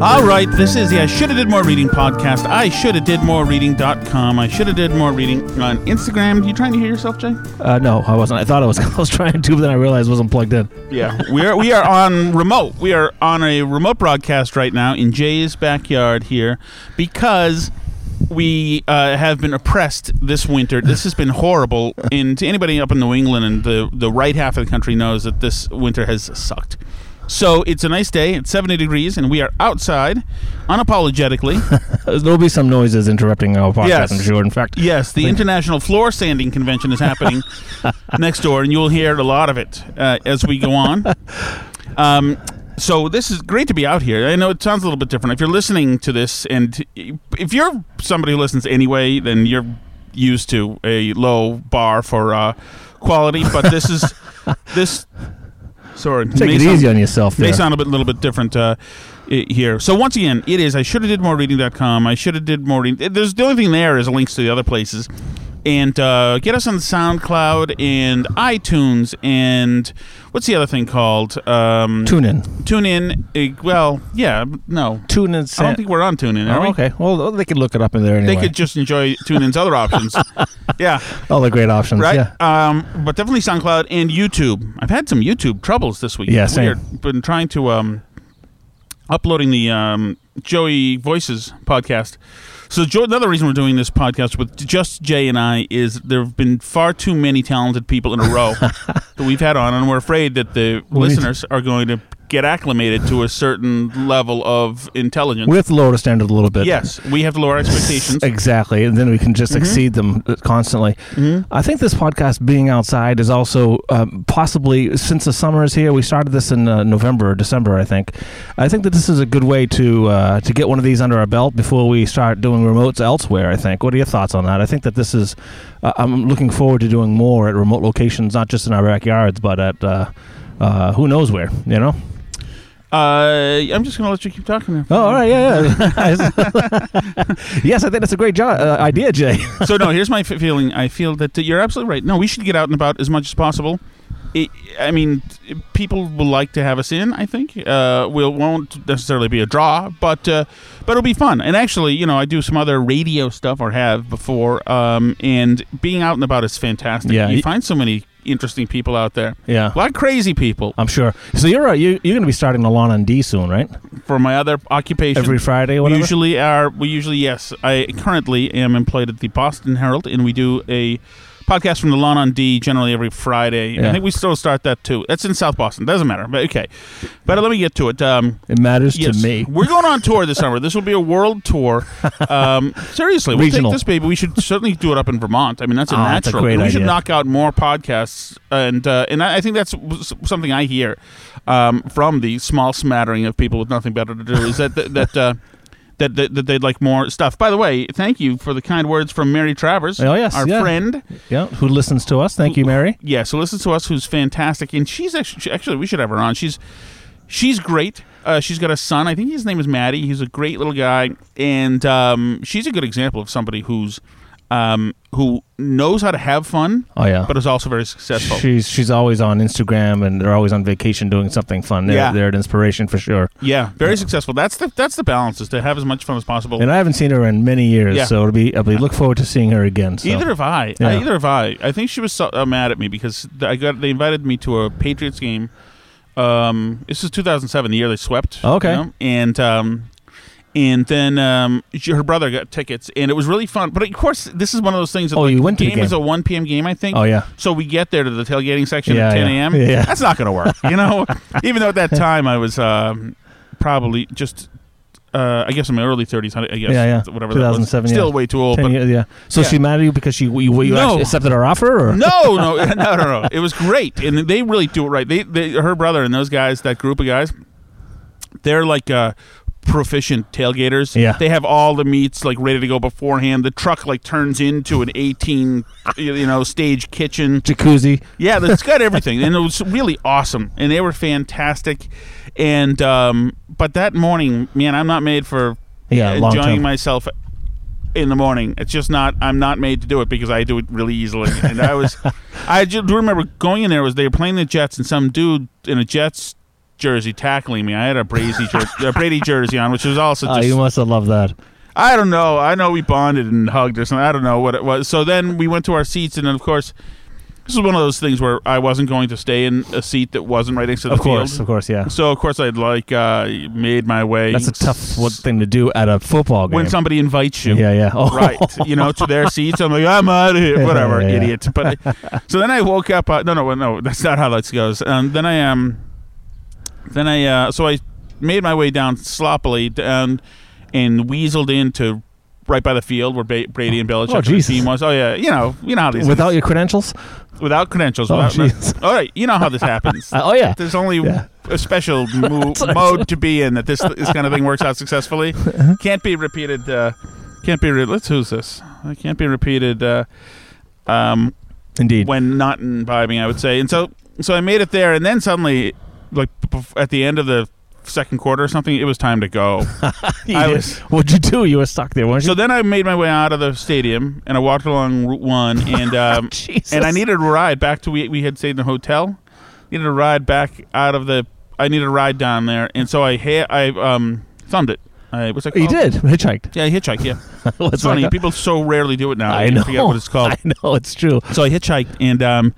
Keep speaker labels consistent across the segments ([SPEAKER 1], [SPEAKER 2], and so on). [SPEAKER 1] All right, this is the I Should Have Did More Reading podcast. I should have did more reading.com. I should have did more reading on Instagram. You trying to hear yourself, Jay?
[SPEAKER 2] Uh, no, I wasn't. I thought I was. I was trying to, but then I realized I wasn't plugged in.
[SPEAKER 1] Yeah. we are we are on remote. We are on a remote broadcast right now in Jay's backyard here because we uh, have been oppressed this winter. This has been horrible. And to anybody up in New England and the, the right half of the country knows that this winter has sucked. So it's a nice day. It's 70 degrees, and we are outside unapologetically.
[SPEAKER 2] There'll be some noises interrupting our podcast.
[SPEAKER 1] Yes.
[SPEAKER 2] I'm sure. In fact,
[SPEAKER 1] yes, the International Floor Sanding Convention is happening next door, and you'll hear a lot of it uh, as we go on. Um, so this is great to be out here. I know it sounds a little bit different. If you're listening to this, and if you're somebody who listens anyway, then you're used to a low bar for uh, quality. But this is this. Sorry,
[SPEAKER 2] take
[SPEAKER 1] may
[SPEAKER 2] it
[SPEAKER 1] sound-
[SPEAKER 2] easy on yourself.
[SPEAKER 1] they
[SPEAKER 2] There.
[SPEAKER 1] sound a bit, little bit different uh, i- here. So once again, it is I should have did more reading.com. I should have did more reading. There's the only thing there is links to the other places. And uh, get us on SoundCloud and iTunes and what's the other thing called? Um,
[SPEAKER 2] Tune in.
[SPEAKER 1] tune in. eh, well, yeah, no.
[SPEAKER 2] Tune in.
[SPEAKER 1] I don't think we're on TuneIn, are
[SPEAKER 2] oh,
[SPEAKER 1] we?
[SPEAKER 2] okay. Well, they could look it up in there
[SPEAKER 1] They
[SPEAKER 2] anyway.
[SPEAKER 1] could just enjoy TuneIn's other options. Yeah,
[SPEAKER 2] All the great options.
[SPEAKER 1] right?
[SPEAKER 2] Yeah.
[SPEAKER 1] Um, but definitely SoundCloud and YouTube. I've had some YouTube troubles this week.
[SPEAKER 2] Yeah,
[SPEAKER 1] It's
[SPEAKER 2] same.
[SPEAKER 1] Weird. Been trying to um, uploading the um, Joey Voices podcast. So Joe, another reason we're doing this podcast with just Jay and I is there have been far too many talented people in a row that we've had on, and we're afraid that the
[SPEAKER 2] We need to-
[SPEAKER 1] listeners are going to get acclimated to a certain level of intelligence.
[SPEAKER 2] We have to lower the standard a little bit.
[SPEAKER 1] yes, we have to lower expectations.
[SPEAKER 2] Exactly, and then we can just exceed them uh, constantly. I think this podcast being outside is also um, possibly since the summer is here. We started this in uh, November or December, I think. I think that this is a good way to uh, to get one of these under our belt before we start doing remotes elsewhere. I think. What are your thoughts on that? I think that this is. Uh, I'm looking forward to doing more at remote locations, not just in our backyards, but at. Uh, uh, who knows where? You know.
[SPEAKER 1] Uh, I'm just going to let you keep talking. there.
[SPEAKER 2] Oh, all right, yeah, yeah. yes, I think that's a great job uh, idea, Jay.
[SPEAKER 1] so no, here's my f- feeling. I feel that uh, you're absolutely right. No, we should get out and about as much as possible. I I mean, t- people will like to have us in. I think uh, will won't necessarily be a draw, but uh, but it'll be fun. And actually, you know, I do some other radio stuff or have before, um, and being out and about is fantastic.
[SPEAKER 2] Yeah.
[SPEAKER 1] you find so many interesting people out there.
[SPEAKER 2] Yeah.
[SPEAKER 1] A lot of crazy people
[SPEAKER 2] I'm sure. So you're uh, you you're going to be starting the lawn on D soon, right?
[SPEAKER 1] for my other occupation.
[SPEAKER 2] Every Friday,
[SPEAKER 1] We
[SPEAKER 2] or whatever.
[SPEAKER 1] usually are. We usually yes. I currently am employed at the Boston Herald, and we do a podcast from the lawn on D generally every Friday. I
[SPEAKER 2] Yeah.
[SPEAKER 1] think we still start that too. That's in South Boston. Doesn't matter. But okay. But let me get to it. Um,
[SPEAKER 2] it matters
[SPEAKER 1] yes.
[SPEAKER 2] to me.
[SPEAKER 1] we're going on tour this summer. This will be a world tour. Um, seriously, we'll
[SPEAKER 2] Regional.
[SPEAKER 1] take this baby. We should certainly do it up in Vermont. I mean, that's a
[SPEAKER 2] Oh,
[SPEAKER 1] natural.
[SPEAKER 2] that's a great
[SPEAKER 1] we should
[SPEAKER 2] idea.
[SPEAKER 1] knock out more podcasts, and uh, and I I think that's w- s- something I hear um, from the small smattering of people with nothing better to do is that that. that uh, that, that, that they'd like more stuff. By the way, thank you for the kind words from Mary Travers,
[SPEAKER 2] Oh, yes,
[SPEAKER 1] our
[SPEAKER 2] yeah.
[SPEAKER 1] friend.
[SPEAKER 2] Yeah, who listens to us? Thank you, Mary.
[SPEAKER 1] Yeah, so listens to us, who's fantastic, and she's actually, she- actually we should have her on. She's she's great. Uh, she's got a son. I think his name is Maddie. He's a great little guy, and um, she's a good example of somebody who's um, who knows how to have fun,
[SPEAKER 2] Oh yeah.
[SPEAKER 1] but is also very successful.
[SPEAKER 2] She's she's always on Instagram and they're always on vacation doing something fun. They're,
[SPEAKER 1] Yeah.
[SPEAKER 2] they're an inspiration for sure.
[SPEAKER 1] yeah, very successful. That's the that's the balance is to have as much fun as possible.
[SPEAKER 2] And I haven't seen her in many years,
[SPEAKER 1] Yeah.
[SPEAKER 2] so it'll be I'll be look forward to seeing her again. So.
[SPEAKER 1] Either have I.
[SPEAKER 2] Yeah.
[SPEAKER 1] Either have I. I think she was so, uh, mad at me because th- I got they invited me to a Patriots game. Um, this is 2007, the year they swept.
[SPEAKER 2] Okay.
[SPEAKER 1] And um, and then um, she, her brother got tickets, and it was really fun. But of course, this is one of those things. That,
[SPEAKER 2] Oh,
[SPEAKER 1] like,
[SPEAKER 2] you went to the
[SPEAKER 1] game is a
[SPEAKER 2] game.
[SPEAKER 1] 1 p.m. game, I think.
[SPEAKER 2] Oh yeah.
[SPEAKER 1] So we get there to the tailgating section
[SPEAKER 2] Yeah,
[SPEAKER 1] at 10
[SPEAKER 2] yeah.
[SPEAKER 1] a.m.
[SPEAKER 2] Yeah.
[SPEAKER 1] That's not going to work, you know. Even though at that time I was um, probably just, uh, I guess, in my early 30s. I guess.
[SPEAKER 2] Yeah, yeah.
[SPEAKER 1] Whatever. that
[SPEAKER 2] 2007,
[SPEAKER 1] was.
[SPEAKER 2] yeah.
[SPEAKER 1] Still way too old.
[SPEAKER 2] Ten
[SPEAKER 1] But
[SPEAKER 2] years, yeah. So
[SPEAKER 1] Yeah.
[SPEAKER 2] she mad at you because she you, you
[SPEAKER 1] No.
[SPEAKER 2] actually accepted her offer or
[SPEAKER 1] no, no, no, no, no. It was great, and they really do it right. They, they her brother and those guys, that group of guys, they're like uh, proficient tailgaters.
[SPEAKER 2] Yeah.
[SPEAKER 1] they have all the meats like ready to go beforehand. The truck like turns into an eighteen, you know, stage kitchen.
[SPEAKER 2] jacuzzi?
[SPEAKER 1] Yeah, it's got everything, and it was really awesome, and they were fantastic. And um, but that morning, man, I'm not made for uh,
[SPEAKER 2] Yeah, long
[SPEAKER 1] enjoying
[SPEAKER 2] term.
[SPEAKER 1] myself in the morning. It's just not. I'm not made to do it because I do it really easily. And I was, I just remember going in there was they were playing the Jets, and some dude in a Jets jersey tackling me. I had a Brady, jer- a Brady jersey on, which was also
[SPEAKER 2] Oh,
[SPEAKER 1] just
[SPEAKER 2] you must have loved that.
[SPEAKER 1] I don't know. I know we bonded and hugged or something. I don't know what it was. So then we went to our seats, and then of course, this was one of those things where I wasn't going to stay in a seat that wasn't right next to the
[SPEAKER 2] Of course,
[SPEAKER 1] field.
[SPEAKER 2] of course, yeah.
[SPEAKER 1] So of course, I'd like uh, made my way.
[SPEAKER 2] That's a tough one thing to do at a football game.
[SPEAKER 1] when somebody invites you.
[SPEAKER 2] yeah, yeah. Oh,
[SPEAKER 1] Right, you know, to their seats. I'm like, I'm out of here. Whatever,
[SPEAKER 2] Yeah, yeah.
[SPEAKER 1] idiot. But so then I woke up. Uh, no, no, no. That's not how that goes. Um, then I um, then I uh, so I made my way down sloppily and and weaseled into right by the field where ba- Brady and Belichick
[SPEAKER 2] Oh,
[SPEAKER 1] and the
[SPEAKER 2] Jesus.
[SPEAKER 1] team was. Oh yeah, you know, you know how these
[SPEAKER 2] Without your credentials?
[SPEAKER 1] without credentials.
[SPEAKER 2] Oh,
[SPEAKER 1] without,
[SPEAKER 2] jeez.
[SPEAKER 1] all right, you know how this happens.
[SPEAKER 2] Uh, oh, yeah.
[SPEAKER 1] There's only
[SPEAKER 2] Yeah.
[SPEAKER 1] a special mo- mode to be in that this this kind of thing works out successfully.
[SPEAKER 2] Uh-huh.
[SPEAKER 1] Can't be repeated. Uh, can't be. Re- let's who's this? I can't be repeated. Uh, um,
[SPEAKER 2] Indeed.
[SPEAKER 1] when not imbibing, I would say. And so, so I made it there, and then suddenly, like bef- at the end of the second quarter or something, it was time to go. I
[SPEAKER 2] You did.
[SPEAKER 1] was-
[SPEAKER 2] What'd you do? You were stuck there, weren't you?
[SPEAKER 1] so then I made my way out of the stadium, and I walked along Route One, and um,
[SPEAKER 2] Jesus.
[SPEAKER 1] and I needed a ride back to we we had stayed in the hotel. Needed a ride back out of the. I needed a ride down there, and so I ha- I um thumbed it. I what's that
[SPEAKER 2] Oh, You
[SPEAKER 1] called?
[SPEAKER 2] did. Hitchhiked.
[SPEAKER 1] Yeah, I hitchhiked. Yeah,
[SPEAKER 2] What's
[SPEAKER 1] it's funny.
[SPEAKER 2] that?
[SPEAKER 1] People so rarely do it now.
[SPEAKER 2] I know.
[SPEAKER 1] forget what it's called.
[SPEAKER 2] I know. It's true.
[SPEAKER 1] So I hitchhiked, and um,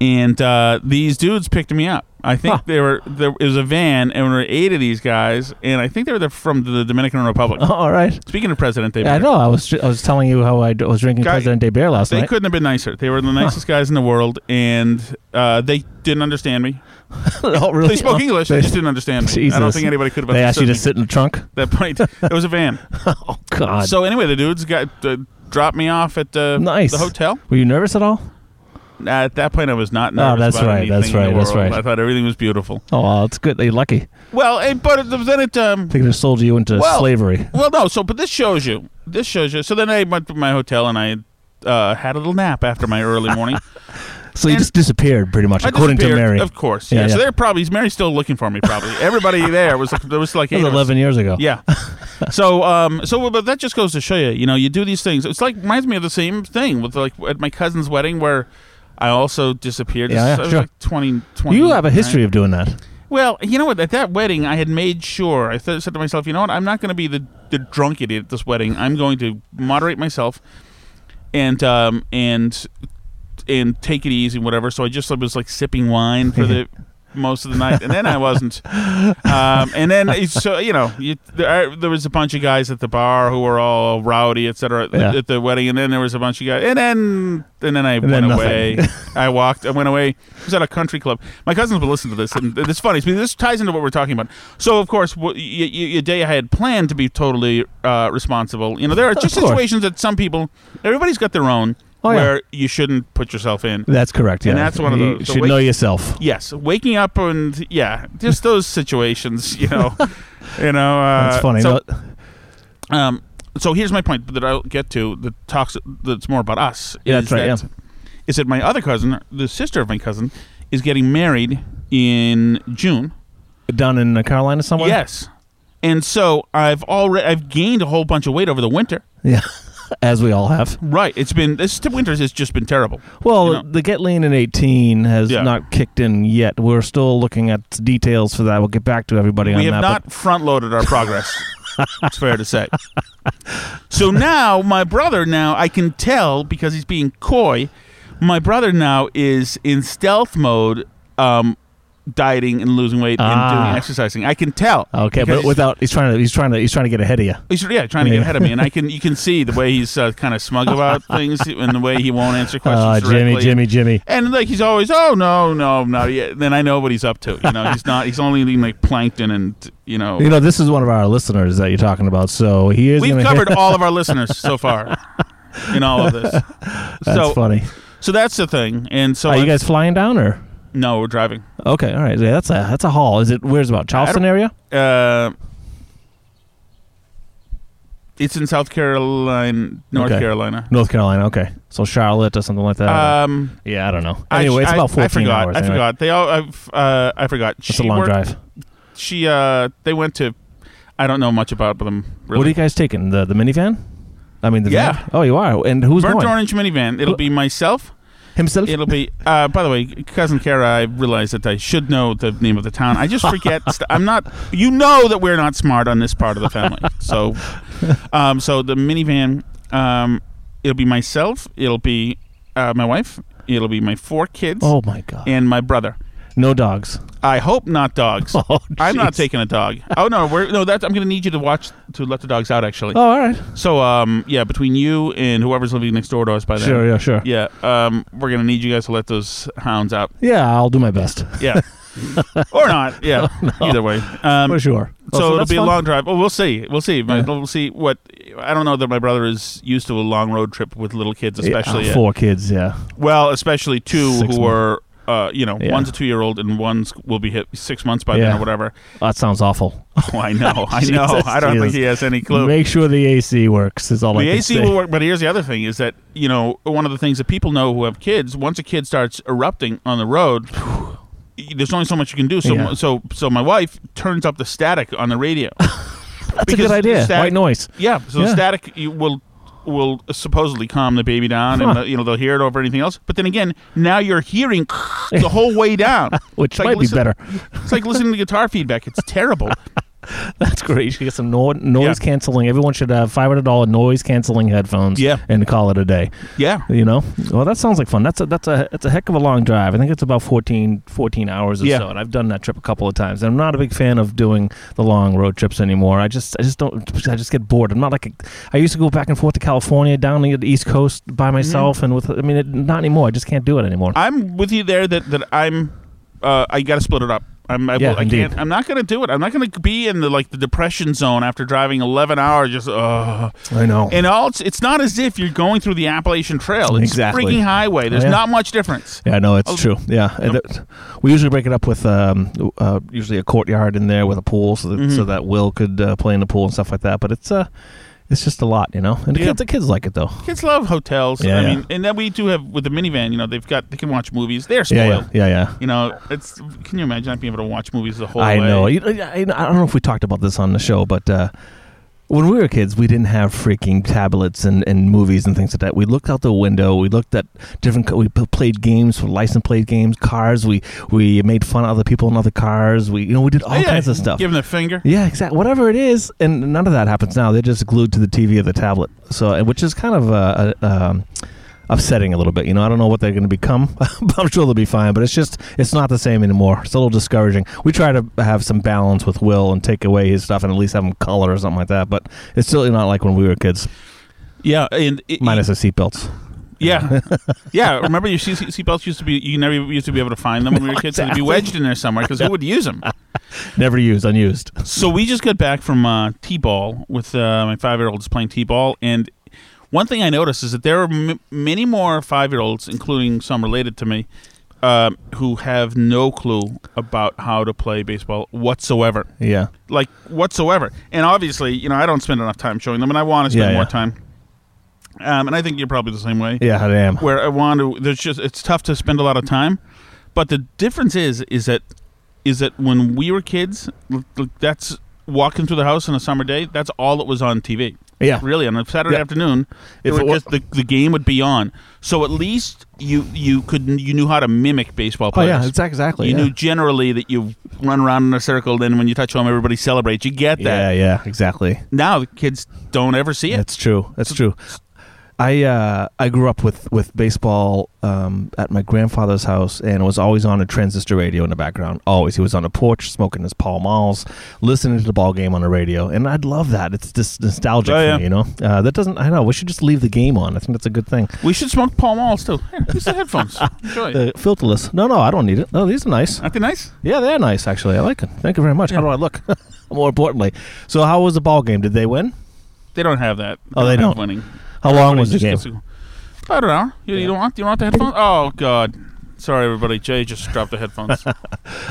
[SPEAKER 1] and uh, these dudes picked me up. I think
[SPEAKER 2] Huh.
[SPEAKER 1] they were there. It was a van, and there were eight of these guys, and I think they were the- from the Dominican Republic.
[SPEAKER 2] All right.
[SPEAKER 1] Speaking of president, they
[SPEAKER 2] Uh-huh. Yeah, I know. I was I was telling you how I d- was drinking
[SPEAKER 1] Guy-
[SPEAKER 2] President Day Beer last
[SPEAKER 1] they
[SPEAKER 2] night.
[SPEAKER 1] couldn't have been nicer. They were the nicest guys in the world, and uh, they didn't understand me.
[SPEAKER 2] oh, really?
[SPEAKER 1] They spoke
[SPEAKER 2] Oh,
[SPEAKER 1] English. They
[SPEAKER 2] They,
[SPEAKER 1] just didn't understand me. I don't
[SPEAKER 2] Jesus.
[SPEAKER 1] think anybody could have
[SPEAKER 2] they asked you
[SPEAKER 1] understood
[SPEAKER 2] to
[SPEAKER 1] me
[SPEAKER 2] sit in the trunk.
[SPEAKER 1] at that point. It was a van.
[SPEAKER 2] Oh God.
[SPEAKER 1] So anyway, the dudes got uh, dropped me off at uh,
[SPEAKER 2] Nice.
[SPEAKER 1] the hotel.
[SPEAKER 2] were you nervous at all?
[SPEAKER 1] At that point, I was not
[SPEAKER 2] Oh,
[SPEAKER 1] nervous.
[SPEAKER 2] that's
[SPEAKER 1] about
[SPEAKER 2] right, that's
[SPEAKER 1] anything in the
[SPEAKER 2] right, that's
[SPEAKER 1] world.
[SPEAKER 2] right.
[SPEAKER 1] I thought everything was beautiful.
[SPEAKER 2] Oh, well, it's good. that You're lucky.
[SPEAKER 1] Well, eh, but it- then it. Um,
[SPEAKER 2] They could have sold you into
[SPEAKER 1] Well-
[SPEAKER 2] slavery.
[SPEAKER 1] well, no. So, but this shows you. This shows you. So then I went to my hotel and I uh, had a little nap after my early morning.
[SPEAKER 2] So you
[SPEAKER 1] and-
[SPEAKER 2] just disappeared, pretty much,
[SPEAKER 1] I
[SPEAKER 2] according to
[SPEAKER 1] disappeared,
[SPEAKER 2] Mary.
[SPEAKER 1] of course. Yeah.
[SPEAKER 2] Yeah,
[SPEAKER 1] So
[SPEAKER 2] yeah.
[SPEAKER 1] they're probably Mary's still looking for me. Probably everybody there was there was like
[SPEAKER 2] That
[SPEAKER 1] eight
[SPEAKER 2] was
[SPEAKER 1] of us.
[SPEAKER 2] eleven years ago.
[SPEAKER 1] Yeah. so um so but that just goes to show you, you know, you do these things. It's like reminds me of the same thing with like at my cousin's wedding where I also disappeared.
[SPEAKER 2] Yeah, yeah,
[SPEAKER 1] I was
[SPEAKER 2] sure.
[SPEAKER 1] like 20, 20
[SPEAKER 2] You have a history of doing that.
[SPEAKER 1] Well, you know what? At that wedding, I had made sure. I th- said to myself, you know what? I'm not going to be the, the drunk idiot at this wedding. I'm going to moderate myself and um and and take it easy and whatever. So I just was like sipping wine for the most of the night, and then I wasn't. Um, and then it's- so you know, you, there, there was a bunch of guys at the bar who were all rowdy, etc. At, the-
[SPEAKER 2] Yeah.
[SPEAKER 1] at the wedding, and then there was a bunch of guys, and then and then I
[SPEAKER 2] And
[SPEAKER 1] went
[SPEAKER 2] then nothing.
[SPEAKER 1] away. I walked. I went away. I was at a country club. My cousins would listen to this, and it's funny. This ties into what we're talking about. So of course, what, y- y- your day I had planned to be totally uh, responsible. You know, there are just
[SPEAKER 2] course.
[SPEAKER 1] situations that some people, everybody's got their own.
[SPEAKER 2] Oh, yeah.
[SPEAKER 1] where you shouldn't put yourself in.
[SPEAKER 2] That's correct. Yeah,
[SPEAKER 1] And that's one of
[SPEAKER 2] You
[SPEAKER 1] those- so
[SPEAKER 2] should
[SPEAKER 1] wait-
[SPEAKER 2] know yourself.
[SPEAKER 1] Yes, waking up and yeah, just those situations, you know, you know. Uh,
[SPEAKER 2] That's funny.
[SPEAKER 1] So,
[SPEAKER 2] No-
[SPEAKER 1] um, so here's my point that I'll get to that talks that's more about us.
[SPEAKER 2] Yeah,
[SPEAKER 1] is
[SPEAKER 2] that's right,
[SPEAKER 1] That, is that my other cousin, the sister of my cousin, is getting married in June.
[SPEAKER 2] down in uh, Carolina somewhere.
[SPEAKER 1] Yes, and so I've already I've gained a whole bunch of weight over the winter.
[SPEAKER 2] Yeah. As we all have.
[SPEAKER 1] Right, it's been this winter's has just been terrible.
[SPEAKER 2] Well,
[SPEAKER 1] You know?
[SPEAKER 2] the get lean in 18 has
[SPEAKER 1] Yeah.
[SPEAKER 2] not kicked in yet. We're still looking at details for that. We'll get back to everybody on
[SPEAKER 1] we have
[SPEAKER 2] that.
[SPEAKER 1] not front loaded our progress. it's fair to say. So now my brother now I can tell because he's being coy. My brother now is in stealth mode, um, dieting and losing weight and
[SPEAKER 2] Ah.
[SPEAKER 1] doing exercising. I can tell.
[SPEAKER 2] but, uh, okay,
[SPEAKER 1] because
[SPEAKER 2] but
[SPEAKER 1] he's-
[SPEAKER 2] without he's trying to he's trying to he's trying to get ahead of you.
[SPEAKER 1] He's yeah, trying to get
[SPEAKER 2] Yeah.
[SPEAKER 1] ahead of me, and I can you can see the way he's uh, kind of smug about things and the way he won't answer questions
[SPEAKER 2] Uh, Jimmy,
[SPEAKER 1] directly.
[SPEAKER 2] Jimmy, Jimmy.
[SPEAKER 1] And like he's always, oh no, no, I'm not yet. Then I know what he's up to. You know, he's not. He's only eating like plankton and you know
[SPEAKER 2] You know, this is one of our listeners that you're talking about. So he is.
[SPEAKER 1] We've
[SPEAKER 2] gonna
[SPEAKER 1] covered all of our listeners so far in all of this.
[SPEAKER 2] That's
[SPEAKER 1] so,
[SPEAKER 2] funny.
[SPEAKER 1] so that's the thing. And so,
[SPEAKER 2] Are
[SPEAKER 1] I-
[SPEAKER 2] you guys flying down or?
[SPEAKER 1] no, we're driving.
[SPEAKER 2] Okay, all right. Yeah, that's a that's a haul. Is it where's about Charleston area?
[SPEAKER 1] Uh, it's in South Carolina, North
[SPEAKER 2] Okay. Uh,
[SPEAKER 1] Carolina.
[SPEAKER 2] North Carolina. Okay, so Charlotte or something like that.
[SPEAKER 1] Um,
[SPEAKER 2] yeah, I don't know.
[SPEAKER 1] I-
[SPEAKER 2] Anyway, it's
[SPEAKER 1] I-
[SPEAKER 2] about fourteen
[SPEAKER 1] I forgot.
[SPEAKER 2] hours.
[SPEAKER 1] I
[SPEAKER 2] anyway.
[SPEAKER 1] forgot. They all. I've, uh, I forgot.
[SPEAKER 2] It's a long
[SPEAKER 1] worked-
[SPEAKER 2] drive.
[SPEAKER 1] She. Uh, they went to. I don't know much about them. Really.
[SPEAKER 2] What are you guys taking? The the minivan? I mean, the
[SPEAKER 1] Yeah.
[SPEAKER 2] Van? Oh, you are. And who's
[SPEAKER 1] Burnt
[SPEAKER 2] going?
[SPEAKER 1] orange minivan. It'll be myself.
[SPEAKER 2] himself.
[SPEAKER 1] It'll be. Uh, by the way, cousin Kara, I realize that I should know the name of the town. I just forget. st- I'm not. You know that we're not smart on this part of the family. So, um, so the minivan. Um, it'll be myself. It'll be uh, my wife. It'll be my four kids
[SPEAKER 2] Oh my god!
[SPEAKER 1] and my brother.
[SPEAKER 2] No dogs.
[SPEAKER 1] I hope not dogs.
[SPEAKER 2] Oh,
[SPEAKER 1] I'm not
[SPEAKER 2] jeez.
[SPEAKER 1] taking a dog. Oh no, we're no. That's I'm going to need you to watch to let the dogs out. Actually.
[SPEAKER 2] Oh, all right.
[SPEAKER 1] So um, yeah, between you and whoever's living next door to us by then.
[SPEAKER 2] Sure, yeah, sure.
[SPEAKER 1] Yeah, um, we're gonna need you guys to let those hounds out.
[SPEAKER 2] Yeah, I'll do my best.
[SPEAKER 1] Yeah, or not. Yeah, either way. Um,
[SPEAKER 2] For sure. Oh,
[SPEAKER 1] So, it'll
[SPEAKER 2] that's
[SPEAKER 1] be
[SPEAKER 2] fun.
[SPEAKER 1] a long drive. Oh, Well, we'll see. We'll see. My-
[SPEAKER 2] Yeah.
[SPEAKER 1] We'll see what. I don't know that my brother is used to a long road trip with little kids,
[SPEAKER 2] Yeah,
[SPEAKER 1] especially. yet.
[SPEAKER 2] four kids. Yeah.
[SPEAKER 1] Well, especially two
[SPEAKER 2] Six
[SPEAKER 1] who
[SPEAKER 2] months.
[SPEAKER 1] are. Uh, you know,
[SPEAKER 2] Yeah.
[SPEAKER 1] one's a two-year-old and one's will be hit six months by then
[SPEAKER 2] Yeah.
[SPEAKER 1] or whatever.
[SPEAKER 2] That sounds awful.
[SPEAKER 1] Oh, I know, I know.
[SPEAKER 2] Jesus,
[SPEAKER 1] I don't think
[SPEAKER 2] Jesus.
[SPEAKER 1] he has any clue.
[SPEAKER 2] Make sure the AC works. Is all I
[SPEAKER 1] the
[SPEAKER 2] can
[SPEAKER 1] AC
[SPEAKER 2] say.
[SPEAKER 1] will work, but here's the other thing: is that you know one of the things that people know who have kids. Once a kid starts erupting on the road, y- there's only so much you can do. So,
[SPEAKER 2] Yeah.
[SPEAKER 1] so, so my wife turns up the static on the radio.
[SPEAKER 2] That's a
[SPEAKER 1] because
[SPEAKER 2] good idea.
[SPEAKER 1] static-
[SPEAKER 2] White noise.
[SPEAKER 1] yeah, so
[SPEAKER 2] Yeah.
[SPEAKER 1] the static you will will supposedly calm the baby down,
[SPEAKER 2] Huh.
[SPEAKER 1] and the, you know they'll hear it over anything else. But then again, now you're hearing the whole way down,
[SPEAKER 2] Which
[SPEAKER 1] It's like
[SPEAKER 2] might
[SPEAKER 1] listen-
[SPEAKER 2] be better.
[SPEAKER 1] It's like listening to guitar feedback. It's terrible.
[SPEAKER 2] That's great. You should get some no- noise
[SPEAKER 1] Yeah.
[SPEAKER 2] canceling. Everyone should have five hundred dollar noise canceling headphones.
[SPEAKER 1] Yeah.
[SPEAKER 2] and call it a day.
[SPEAKER 1] Yeah,
[SPEAKER 2] You know. Well, that sounds like fun. That's a that's a that's a heck of a long drive. I think it's about 14, 14 hours or
[SPEAKER 1] Yeah.
[SPEAKER 2] so. And I've done that trip a couple of times. And I'm not a big fan of doing the long road trips anymore. I just I just don't I just get bored. I'm not like a, I used to go back and forth to California, down the East Coast by
[SPEAKER 1] Mm-hmm.
[SPEAKER 2] myself, and with I mean it, not anymore. I just can't do it anymore.
[SPEAKER 1] I'm with you there that that I'm uh, I got to split it up. I'm I,
[SPEAKER 2] Yeah,
[SPEAKER 1] I
[SPEAKER 2] indeed.
[SPEAKER 1] can't. I'm not going to do it. I'm not going to be in the like the depression zone after driving 11 hours. Just uh.
[SPEAKER 2] I know.
[SPEAKER 1] and all it's, it's not as if you're going through the Appalachian Trail. It's
[SPEAKER 2] Exactly. Oh,
[SPEAKER 1] freaking highway. There's
[SPEAKER 2] Yeah.
[SPEAKER 1] not much difference.
[SPEAKER 2] Yeah, no, it's
[SPEAKER 1] Oh,
[SPEAKER 2] true. Yeah, And
[SPEAKER 1] yep.
[SPEAKER 2] it- we usually break it up with um, uh, usually a courtyard in there with a pool, so that, so
[SPEAKER 1] Mhm.
[SPEAKER 2] that Will could uh, play in the pool and stuff like that. But it's uh, it's just a lot, you know. And the
[SPEAKER 1] Yeah.
[SPEAKER 2] kids, the kids like it though.
[SPEAKER 1] Kids love hotels. I
[SPEAKER 2] Yeah, yeah.
[SPEAKER 1] mean, and then we do have with the minivan. You know, they've got they can watch movies. They're spoiled.
[SPEAKER 2] Yeah, yeah, yeah, yeah.
[SPEAKER 1] You know, it's can you imagine not being able to watch movies the whole
[SPEAKER 2] I
[SPEAKER 1] way?
[SPEAKER 2] know. You know, I I don't know if we talked about this on the show, but uh, when we were kids, we didn't have freaking tablets and, and movies and things like that. We looked out the window. We looked at different. co- We p- played games, license plate games, cars. We we made fun of other people in other cars. We you know we did all
[SPEAKER 1] Oh, Yeah,
[SPEAKER 2] kinds of stuff.
[SPEAKER 1] Give them the finger.
[SPEAKER 2] Yeah, exactly. Whatever it is, and none of that happens now. They're just glued to the TV or the tablet. So, and which is kind of uh, uh, um, upsetting a little bit. You know, I don't know what they're going to become. but I'm sure they'll be fine. But it's just, it's not the same anymore. It's a little discouraging. We try to have some balance with Will and take away his stuff and at least have him color or something like that. But it's still not like when we were kids,
[SPEAKER 1] Yeah, and it,
[SPEAKER 2] minus the seatbelts.
[SPEAKER 1] Yeah, yeah. Remember, your seat- seatbelts used to be you never used to be able to find them when we were kids. So They'd be wedged in there somewhere because who would use them?
[SPEAKER 2] Never used, unused.
[SPEAKER 1] So we just got back from uh, t-ball with uh, my five-year-olds playing t-ball, and one thing I noticed is that there are m- many more five-year-olds, including some related to me, um, who have no clue about how to play baseball whatsoever,
[SPEAKER 2] Yeah.
[SPEAKER 1] like whatsoever. And obviously, you know, I don't spend enough time showing them, and I want to
[SPEAKER 2] Yeah,
[SPEAKER 1] spend
[SPEAKER 2] yeah.
[SPEAKER 1] more time. Um, and I think you're probably the same way
[SPEAKER 2] Yeah, I am.
[SPEAKER 1] where I want to. There's just it's tough to spend a lot of time, but the difference is is that is that when we were kids, l- l- that's walking through the house on a summer day. That's all that was on TV.
[SPEAKER 2] Yeah.
[SPEAKER 1] Really, on a Saturday
[SPEAKER 2] Yeah.
[SPEAKER 1] afternoon, it
[SPEAKER 2] If
[SPEAKER 1] would
[SPEAKER 2] it wa-
[SPEAKER 1] just the, the game would be on. So at least you you could you knew how to mimic baseball
[SPEAKER 2] Oh,
[SPEAKER 1] players.
[SPEAKER 2] yeah, exactly. exactly
[SPEAKER 1] You
[SPEAKER 2] yeah.
[SPEAKER 1] knew generally that you run around in a circle, then when you touch home, everybody celebrates. You get
[SPEAKER 2] Yeah,
[SPEAKER 1] that.
[SPEAKER 2] yeah, exactly.
[SPEAKER 1] Now the kids don't ever see it.
[SPEAKER 2] That's true. That's true. I uh, I grew up with with baseball um, at my grandfather's house, and it was always on a transistor radio in the background. Always, he was on the porch smoking his Pall Malls, listening to the ball game on the radio, and I'd love that. It's just nostalgic
[SPEAKER 1] Oh,
[SPEAKER 2] for
[SPEAKER 1] yeah.
[SPEAKER 2] me, you know. Uh, that doesn't. I know we should just leave the game on. I think that's a good thing.
[SPEAKER 1] We should smoke Pall Malls too. Here, use the headphones. Enjoy.
[SPEAKER 2] Uh, filterless. No, no, I don't need it. No, these are nice.
[SPEAKER 1] Aren't they nice?
[SPEAKER 2] Yeah, they're nice actually. I like it. Thank you very much. How do I look? More importantly, so how was the ball game? Did they win?
[SPEAKER 1] They don't have that.
[SPEAKER 2] Oh, they
[SPEAKER 1] have
[SPEAKER 2] don't.
[SPEAKER 1] Winning.
[SPEAKER 2] How long was the
[SPEAKER 1] Just
[SPEAKER 2] game?
[SPEAKER 1] gets to- About an hour. You, you don't want? You don't want the headphones? Oh God! Sorry, everybody. Jay just dropped the headphones.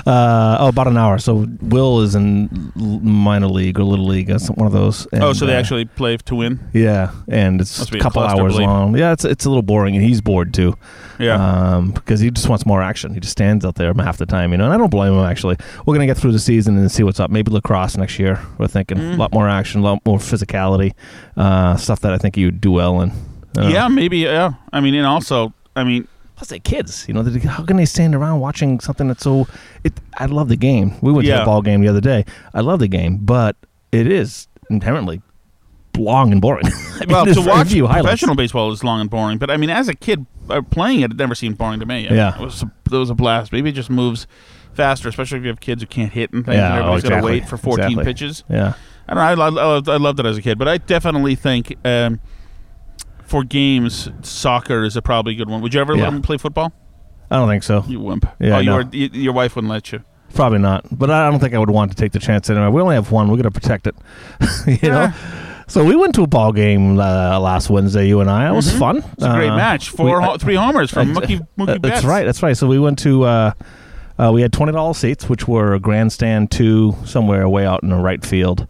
[SPEAKER 2] Uh, oh, about an hour. So Will is in l- minor league or little league, or some, one of those. And,
[SPEAKER 1] oh, so they
[SPEAKER 2] uh,
[SPEAKER 1] actually play to win?
[SPEAKER 2] yeah, and it's
[SPEAKER 1] Must
[SPEAKER 2] a
[SPEAKER 1] be a
[SPEAKER 2] couple
[SPEAKER 1] cluster
[SPEAKER 2] hours
[SPEAKER 1] bleep.
[SPEAKER 2] long. Yeah, it's it's a little boring, and he's bored too.
[SPEAKER 1] Yeah.
[SPEAKER 2] um, because he just wants more action. He just stands out there half the time, you know. And I don't blame him. Actually, we're gonna get through the season and see what's up. Maybe lacrosse next year. We're thinking a
[SPEAKER 1] Mm.
[SPEAKER 2] lot more action, a lot more physicality, uh, stuff that I think you would do well in. I don't know.
[SPEAKER 1] yeah, maybe. Yeah. I mean, and also, I mean,
[SPEAKER 2] Plus, they're kids. You know, they- how can they stand around watching something that's so? It. I love the game. We went to
[SPEAKER 1] Yeah.
[SPEAKER 2] a ball game the other day. I love the game, but it is inherently long and boring. I mean,
[SPEAKER 1] well,
[SPEAKER 2] there's
[SPEAKER 1] to
[SPEAKER 2] very
[SPEAKER 1] watch
[SPEAKER 2] few
[SPEAKER 1] professional
[SPEAKER 2] highlights.
[SPEAKER 1] baseball is long and boring, but I mean, as a kid uh, playing it, it never seemed boring to me. I mean,
[SPEAKER 2] Yeah.
[SPEAKER 1] it was, it was a blast. Maybe it just moves faster, especially if you have kids who can't hit and things.
[SPEAKER 2] Yeah,
[SPEAKER 1] and
[SPEAKER 2] oh,
[SPEAKER 1] everybody's got to
[SPEAKER 2] exactly.
[SPEAKER 1] wait for 14
[SPEAKER 2] Exactly.
[SPEAKER 1] pitches.
[SPEAKER 2] Yeah.
[SPEAKER 1] I don't know. I, lo- I, loved, I loved it as a kid, but I definitely think um, for games, soccer is a probably good one. Would you ever
[SPEAKER 2] Yeah.
[SPEAKER 1] let them play football?
[SPEAKER 2] I don't think so.
[SPEAKER 1] You wimp.
[SPEAKER 2] Yeah,
[SPEAKER 1] oh, you
[SPEAKER 2] no.
[SPEAKER 1] were, y your wife wouldn't let you.
[SPEAKER 2] Probably not. But I don't think I would want to take the chance anyway. We only have one. We're going to protect it. you know?
[SPEAKER 1] Eh.
[SPEAKER 2] So we went to a ball game uh, last Wednesday, you and I. It was
[SPEAKER 1] Mhm.
[SPEAKER 2] fun.
[SPEAKER 1] It's a great match. Four,
[SPEAKER 2] Uh, we-
[SPEAKER 1] ho- three homers from
[SPEAKER 2] ex-
[SPEAKER 1] Mookie, Mookie
[SPEAKER 2] Uh, that's
[SPEAKER 1] Betts.
[SPEAKER 2] right. That's right. So we went to. Uh, uh, we had twenty dollars seats, which were grandstand two, somewhere way out in the right field.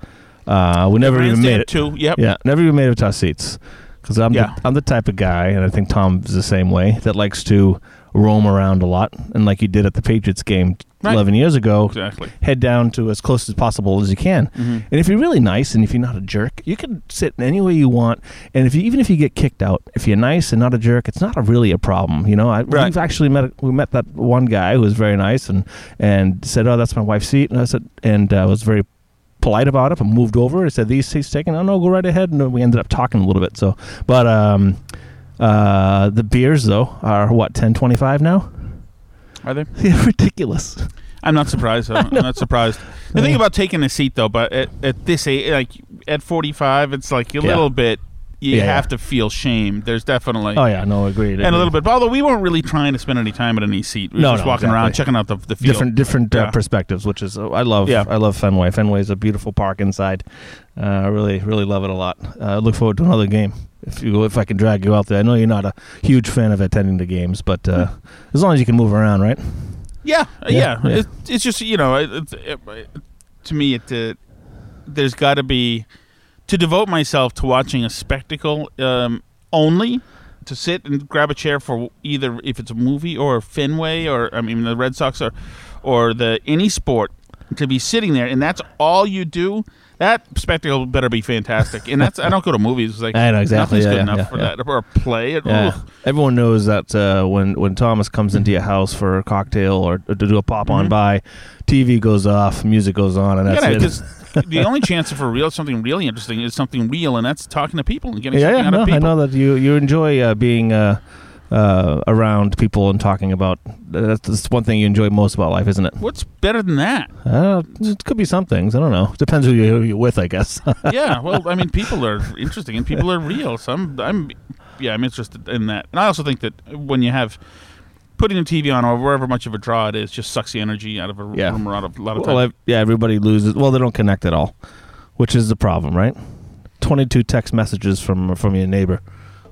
[SPEAKER 2] Uh, we never even
[SPEAKER 1] Grandstand
[SPEAKER 2] made it.
[SPEAKER 1] Two. Yep.
[SPEAKER 2] Yeah, never even made it to our seats because I'm
[SPEAKER 1] Yeah.
[SPEAKER 2] the, I'm the type of guy, and I think Tom's the same way that likes to roam around a lot, and like you did at the Patriots game
[SPEAKER 1] Right.
[SPEAKER 2] eleven years ago,
[SPEAKER 1] Exactly.
[SPEAKER 2] head down to as close as possible as you can.
[SPEAKER 1] Mhm.
[SPEAKER 2] And if you're really nice and if you're not a jerk, you can sit any way you want. And if you even if you get kicked out, if you're nice and not a jerk, it's not a, really a problem. You know, I,
[SPEAKER 1] Right.
[SPEAKER 2] we've actually met we met that one guy who was very nice and and said, "Oh, that's my wife's seat," and I said, and uh, was very polite about it. I moved over. I said, "These seats taken? Oh no, go right ahead." And we ended up talking a little bit. So, but um, uh, the beers though are what ten twenty five now.
[SPEAKER 1] Are they?
[SPEAKER 2] Yeah, ridiculous.
[SPEAKER 1] I'm not surprised. I'm not surprised. The thing about taking a seat, though, but at, at this age, like at 45, it's like a
[SPEAKER 2] Yeah.
[SPEAKER 1] little bit. You
[SPEAKER 2] Yeah,
[SPEAKER 1] have
[SPEAKER 2] yeah.
[SPEAKER 1] to feel shame. There's definitely.
[SPEAKER 2] Oh yeah, no, agreed.
[SPEAKER 1] And a
[SPEAKER 2] agreed.
[SPEAKER 1] little bit, but although we weren't really trying to spend any time at any seat, we were
[SPEAKER 2] No,
[SPEAKER 1] just
[SPEAKER 2] no,
[SPEAKER 1] walking around,
[SPEAKER 2] exactly.
[SPEAKER 1] checking out the, the field.
[SPEAKER 2] different different
[SPEAKER 1] Yeah.
[SPEAKER 2] uh, perspectives, which is uh, I love.
[SPEAKER 1] Yeah.
[SPEAKER 2] I love Fenway. Fenway is a beautiful park inside. Uh, I really really love it a lot. Uh, I look forward to another game if you if I can drag you out there. I know you're not a huge fan of attending the games, but uh,
[SPEAKER 1] Hmm.
[SPEAKER 2] as long as you can move around, right?
[SPEAKER 1] Yeah, yeah.
[SPEAKER 2] Yeah, yeah.
[SPEAKER 1] It, it's just you know, it, it, it, to me, it uh, there's got to be to devote myself to watching a spectacle um, only to sit and grab a chair for either if it's a movie or Fenway or I mean the Red Sox or or the any sport to be sitting there and that's all you do. That spectacle better be fantastic, and that's I don't go to movies it's like
[SPEAKER 2] I know, exactly.
[SPEAKER 1] nothing's
[SPEAKER 2] Yeah,
[SPEAKER 1] good
[SPEAKER 2] yeah,
[SPEAKER 1] enough
[SPEAKER 2] yeah,
[SPEAKER 1] for
[SPEAKER 2] yeah.
[SPEAKER 1] that or a play. It, ugh.
[SPEAKER 2] Everyone knows that uh, when when Thomas comes into your house for a cocktail or to do a pop on
[SPEAKER 1] Mhm.
[SPEAKER 2] by, TV goes off, music goes on, and that's
[SPEAKER 1] yeah,
[SPEAKER 2] it.
[SPEAKER 1] because the only chance for real something really interesting is something real, and that's talking to people and getting
[SPEAKER 2] yeah,
[SPEAKER 1] something
[SPEAKER 2] yeah,
[SPEAKER 1] out
[SPEAKER 2] no,
[SPEAKER 1] of people.
[SPEAKER 2] I know that you you enjoy uh, being uh, uh, around people and talking about. uh, That's, that's one thing you enjoy most about life, isn't it?
[SPEAKER 1] What's better than that?
[SPEAKER 2] Uh, it could be some things. I don't know. Depends who, you, who you're with, I guess.
[SPEAKER 1] yeah, well, I mean, people are interesting and people are real. So I'm, I'm, yeah, I'm interested in that. And I also think that when you have putting the TV on or wherever much of a draw it is, just sucks the energy out of a
[SPEAKER 2] Yeah.
[SPEAKER 1] room a lot of, lot of
[SPEAKER 2] well,
[SPEAKER 1] time.
[SPEAKER 2] ev- yeah, everybody loses. Well, they don't connect at all, which is the problem, right? Twenty-two text messages from from your neighbor.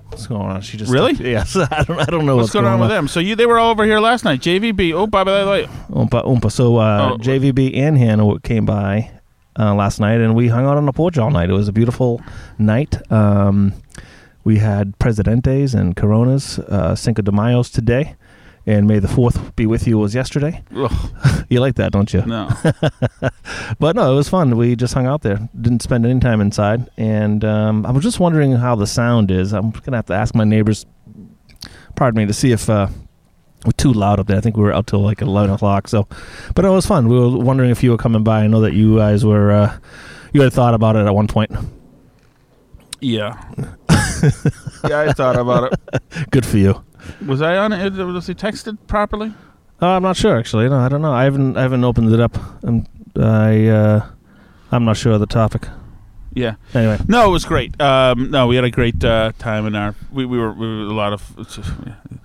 [SPEAKER 2] What's going on? She just
[SPEAKER 1] Really?
[SPEAKER 2] Yes. I don't. I don't know
[SPEAKER 1] What's
[SPEAKER 2] what's,
[SPEAKER 1] going on with them? So you, they were all over here last night. JVB. Oh, by the way,
[SPEAKER 2] Oompa Oompa. So uh,
[SPEAKER 1] Oh.
[SPEAKER 2] JVB and Hannah came by uh, last night, and we hung out on the porch all night. It was a beautiful night. Um, we had Presidentes and Coronas, uh, Cinco de Mayo's today, and May the Fourth be with you was yesterday.
[SPEAKER 1] Ugh,
[SPEAKER 2] You like that, don't you?
[SPEAKER 1] no.
[SPEAKER 2] But no, it was fun. We just hung out there. Didn't spend any time inside. And um, I was just wondering how the sound is. I'm going to have to ask my neighbors, pardon me, to see if uh, we're too loud up there. I think we were out till like 11 o'clock. So, But it was fun. We were wondering if you were coming by. I know that you guys were, uh, you had thought about it at one point.
[SPEAKER 1] Yeah. yeah, I thought about it.
[SPEAKER 2] Good for you.
[SPEAKER 1] Was I on it? Was he texted properly?
[SPEAKER 2] Uh, I'm not sure, actually. No, I don't know. I haven't, I haven't opened it up. I'm, I, uh, I'm not sure of the topic.
[SPEAKER 1] Yeah.
[SPEAKER 2] Anyway.
[SPEAKER 1] No, it was great. Um, no, we had a great uh, time in our. We, we, were, we were a lot of.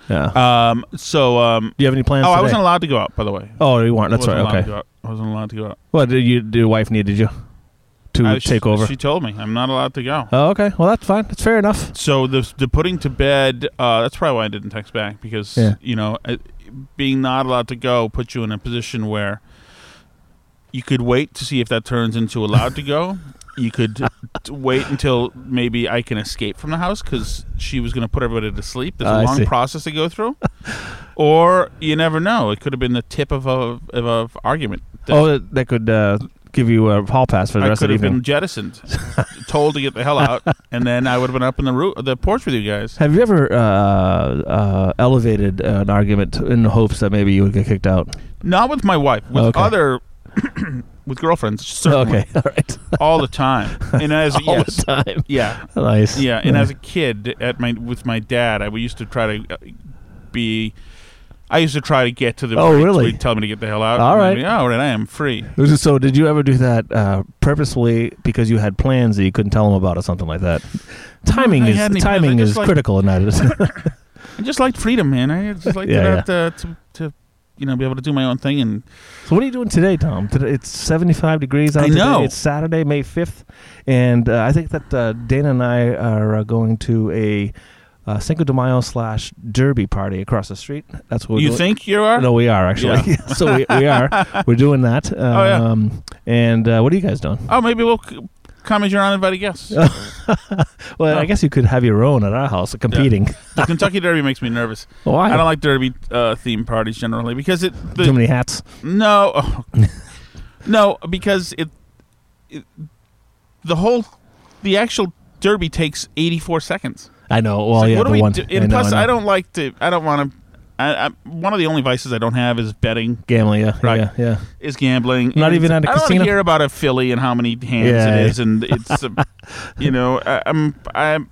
[SPEAKER 2] Yeah.
[SPEAKER 1] Um, so, um,
[SPEAKER 2] Do you have any plans
[SPEAKER 1] oh, I
[SPEAKER 2] today?
[SPEAKER 1] wasn't allowed to go out. By the way,
[SPEAKER 2] Oh, you weren't. That's
[SPEAKER 1] I
[SPEAKER 2] right.
[SPEAKER 1] wasn't allowed
[SPEAKER 2] Okay.
[SPEAKER 1] to go out. I wasn't allowed to go out.
[SPEAKER 2] Well, did you? Your wife needed you to
[SPEAKER 1] I- Uh, she-
[SPEAKER 2] take over.
[SPEAKER 1] She told me I'm not allowed to go.
[SPEAKER 2] oh, okay. Well, that's fine. That's fair enough.
[SPEAKER 1] So the the putting to bed. Uh, that's probably why I didn't text back because
[SPEAKER 2] Yeah.
[SPEAKER 1] you know uh, being not allowed to go puts you in a position where you could wait to see if that turns into allowed to go. You could t- wait until maybe I can escape from the house because she was going to put everybody to sleep. There's a
[SPEAKER 2] Ah, I
[SPEAKER 1] long
[SPEAKER 2] see.
[SPEAKER 1] process to go through, or you never know. It could have been the tip of a of a argument. that-
[SPEAKER 2] oh, that could uh, give you a hall pass for the
[SPEAKER 1] I
[SPEAKER 2] rest of
[SPEAKER 1] could have
[SPEAKER 2] the evening.
[SPEAKER 1] been jettisoned, told to get the hell out, and then I would have been up in the roo- the porch with you guys.
[SPEAKER 2] Have you ever uh, uh, elevated an argument in hopes that maybe you would get kicked out?
[SPEAKER 1] Not with my wife, with
[SPEAKER 2] Okay.
[SPEAKER 1] other, with girlfriends, certainly,
[SPEAKER 2] Okay, all right.
[SPEAKER 1] all the time. And as
[SPEAKER 2] All
[SPEAKER 1] yes,
[SPEAKER 2] the time.
[SPEAKER 1] yeah,
[SPEAKER 2] Nice.
[SPEAKER 1] yeah. And as a kid, at my with my dad, I we used to try to uh, be. I used to try to get to the.
[SPEAKER 2] Oh,
[SPEAKER 1] point, so
[SPEAKER 2] really?
[SPEAKER 1] He'd tell me to get the hell out.
[SPEAKER 2] All
[SPEAKER 1] and I'd
[SPEAKER 2] right.
[SPEAKER 1] be, "Oh, all right. I am free.
[SPEAKER 2] So, did you ever do that uh, purposefully because you had plans that you couldn't tell them about or something like that? Timing
[SPEAKER 1] I
[SPEAKER 2] is
[SPEAKER 1] had any plans.
[SPEAKER 2] timing
[SPEAKER 1] I just
[SPEAKER 2] is
[SPEAKER 1] like-
[SPEAKER 2] critical in that.
[SPEAKER 1] I just liked freedom, man. I just like
[SPEAKER 2] Yeah,
[SPEAKER 1] to,
[SPEAKER 2] yeah.
[SPEAKER 1] not, uh, to to you know be able to do my own thing and
[SPEAKER 2] so, what are you doing today, Tom? Today, it's seventy-five degrees out.
[SPEAKER 1] I
[SPEAKER 2] today.
[SPEAKER 1] know.
[SPEAKER 2] It's Saturday, May fifth, and uh, I think that uh, Dana and I are uh, going to a uh, Cinco de Mayo slash Derby party across the street. That's what we're
[SPEAKER 1] you
[SPEAKER 2] doing.
[SPEAKER 1] think you are.
[SPEAKER 2] No, we are actually. so we, we are. We're doing that.
[SPEAKER 1] Oh, yeah.
[SPEAKER 2] Um, And uh, what are you guys doing?
[SPEAKER 1] Oh, maybe we'll c- come as your uninvited guests.
[SPEAKER 2] Well,
[SPEAKER 1] Oh.
[SPEAKER 2] I guess you could have your own at our house, competing.
[SPEAKER 1] the Kentucky Derby makes me nervous.
[SPEAKER 2] Why?
[SPEAKER 1] I don't like Derby uh, theme parties generally because it.
[SPEAKER 2] Too
[SPEAKER 1] The,
[SPEAKER 2] many hats.
[SPEAKER 1] no, oh. no, because it, it. The whole, the actual Derby takes eighty-four seconds.
[SPEAKER 2] I know.
[SPEAKER 1] It's
[SPEAKER 2] Well,
[SPEAKER 1] like,
[SPEAKER 2] yeah,
[SPEAKER 1] what
[SPEAKER 2] the
[SPEAKER 1] do we
[SPEAKER 2] one.
[SPEAKER 1] do?
[SPEAKER 2] I
[SPEAKER 1] And
[SPEAKER 2] know,
[SPEAKER 1] plus,
[SPEAKER 2] know.
[SPEAKER 1] I, don't like to. I don't want to. I, I, one of the only vices I don't have is betting,
[SPEAKER 2] gambling. Yeah,
[SPEAKER 1] Right.
[SPEAKER 2] yeah, yeah.
[SPEAKER 1] is gambling.
[SPEAKER 2] Not
[SPEAKER 1] And it's-
[SPEAKER 2] even at a
[SPEAKER 1] I don't wanna
[SPEAKER 2] casino?
[SPEAKER 1] hear about a filly and how many hands
[SPEAKER 2] Yeah,
[SPEAKER 1] it
[SPEAKER 2] yeah.
[SPEAKER 1] is, and it's, uh, you know, I, I'm, I'm,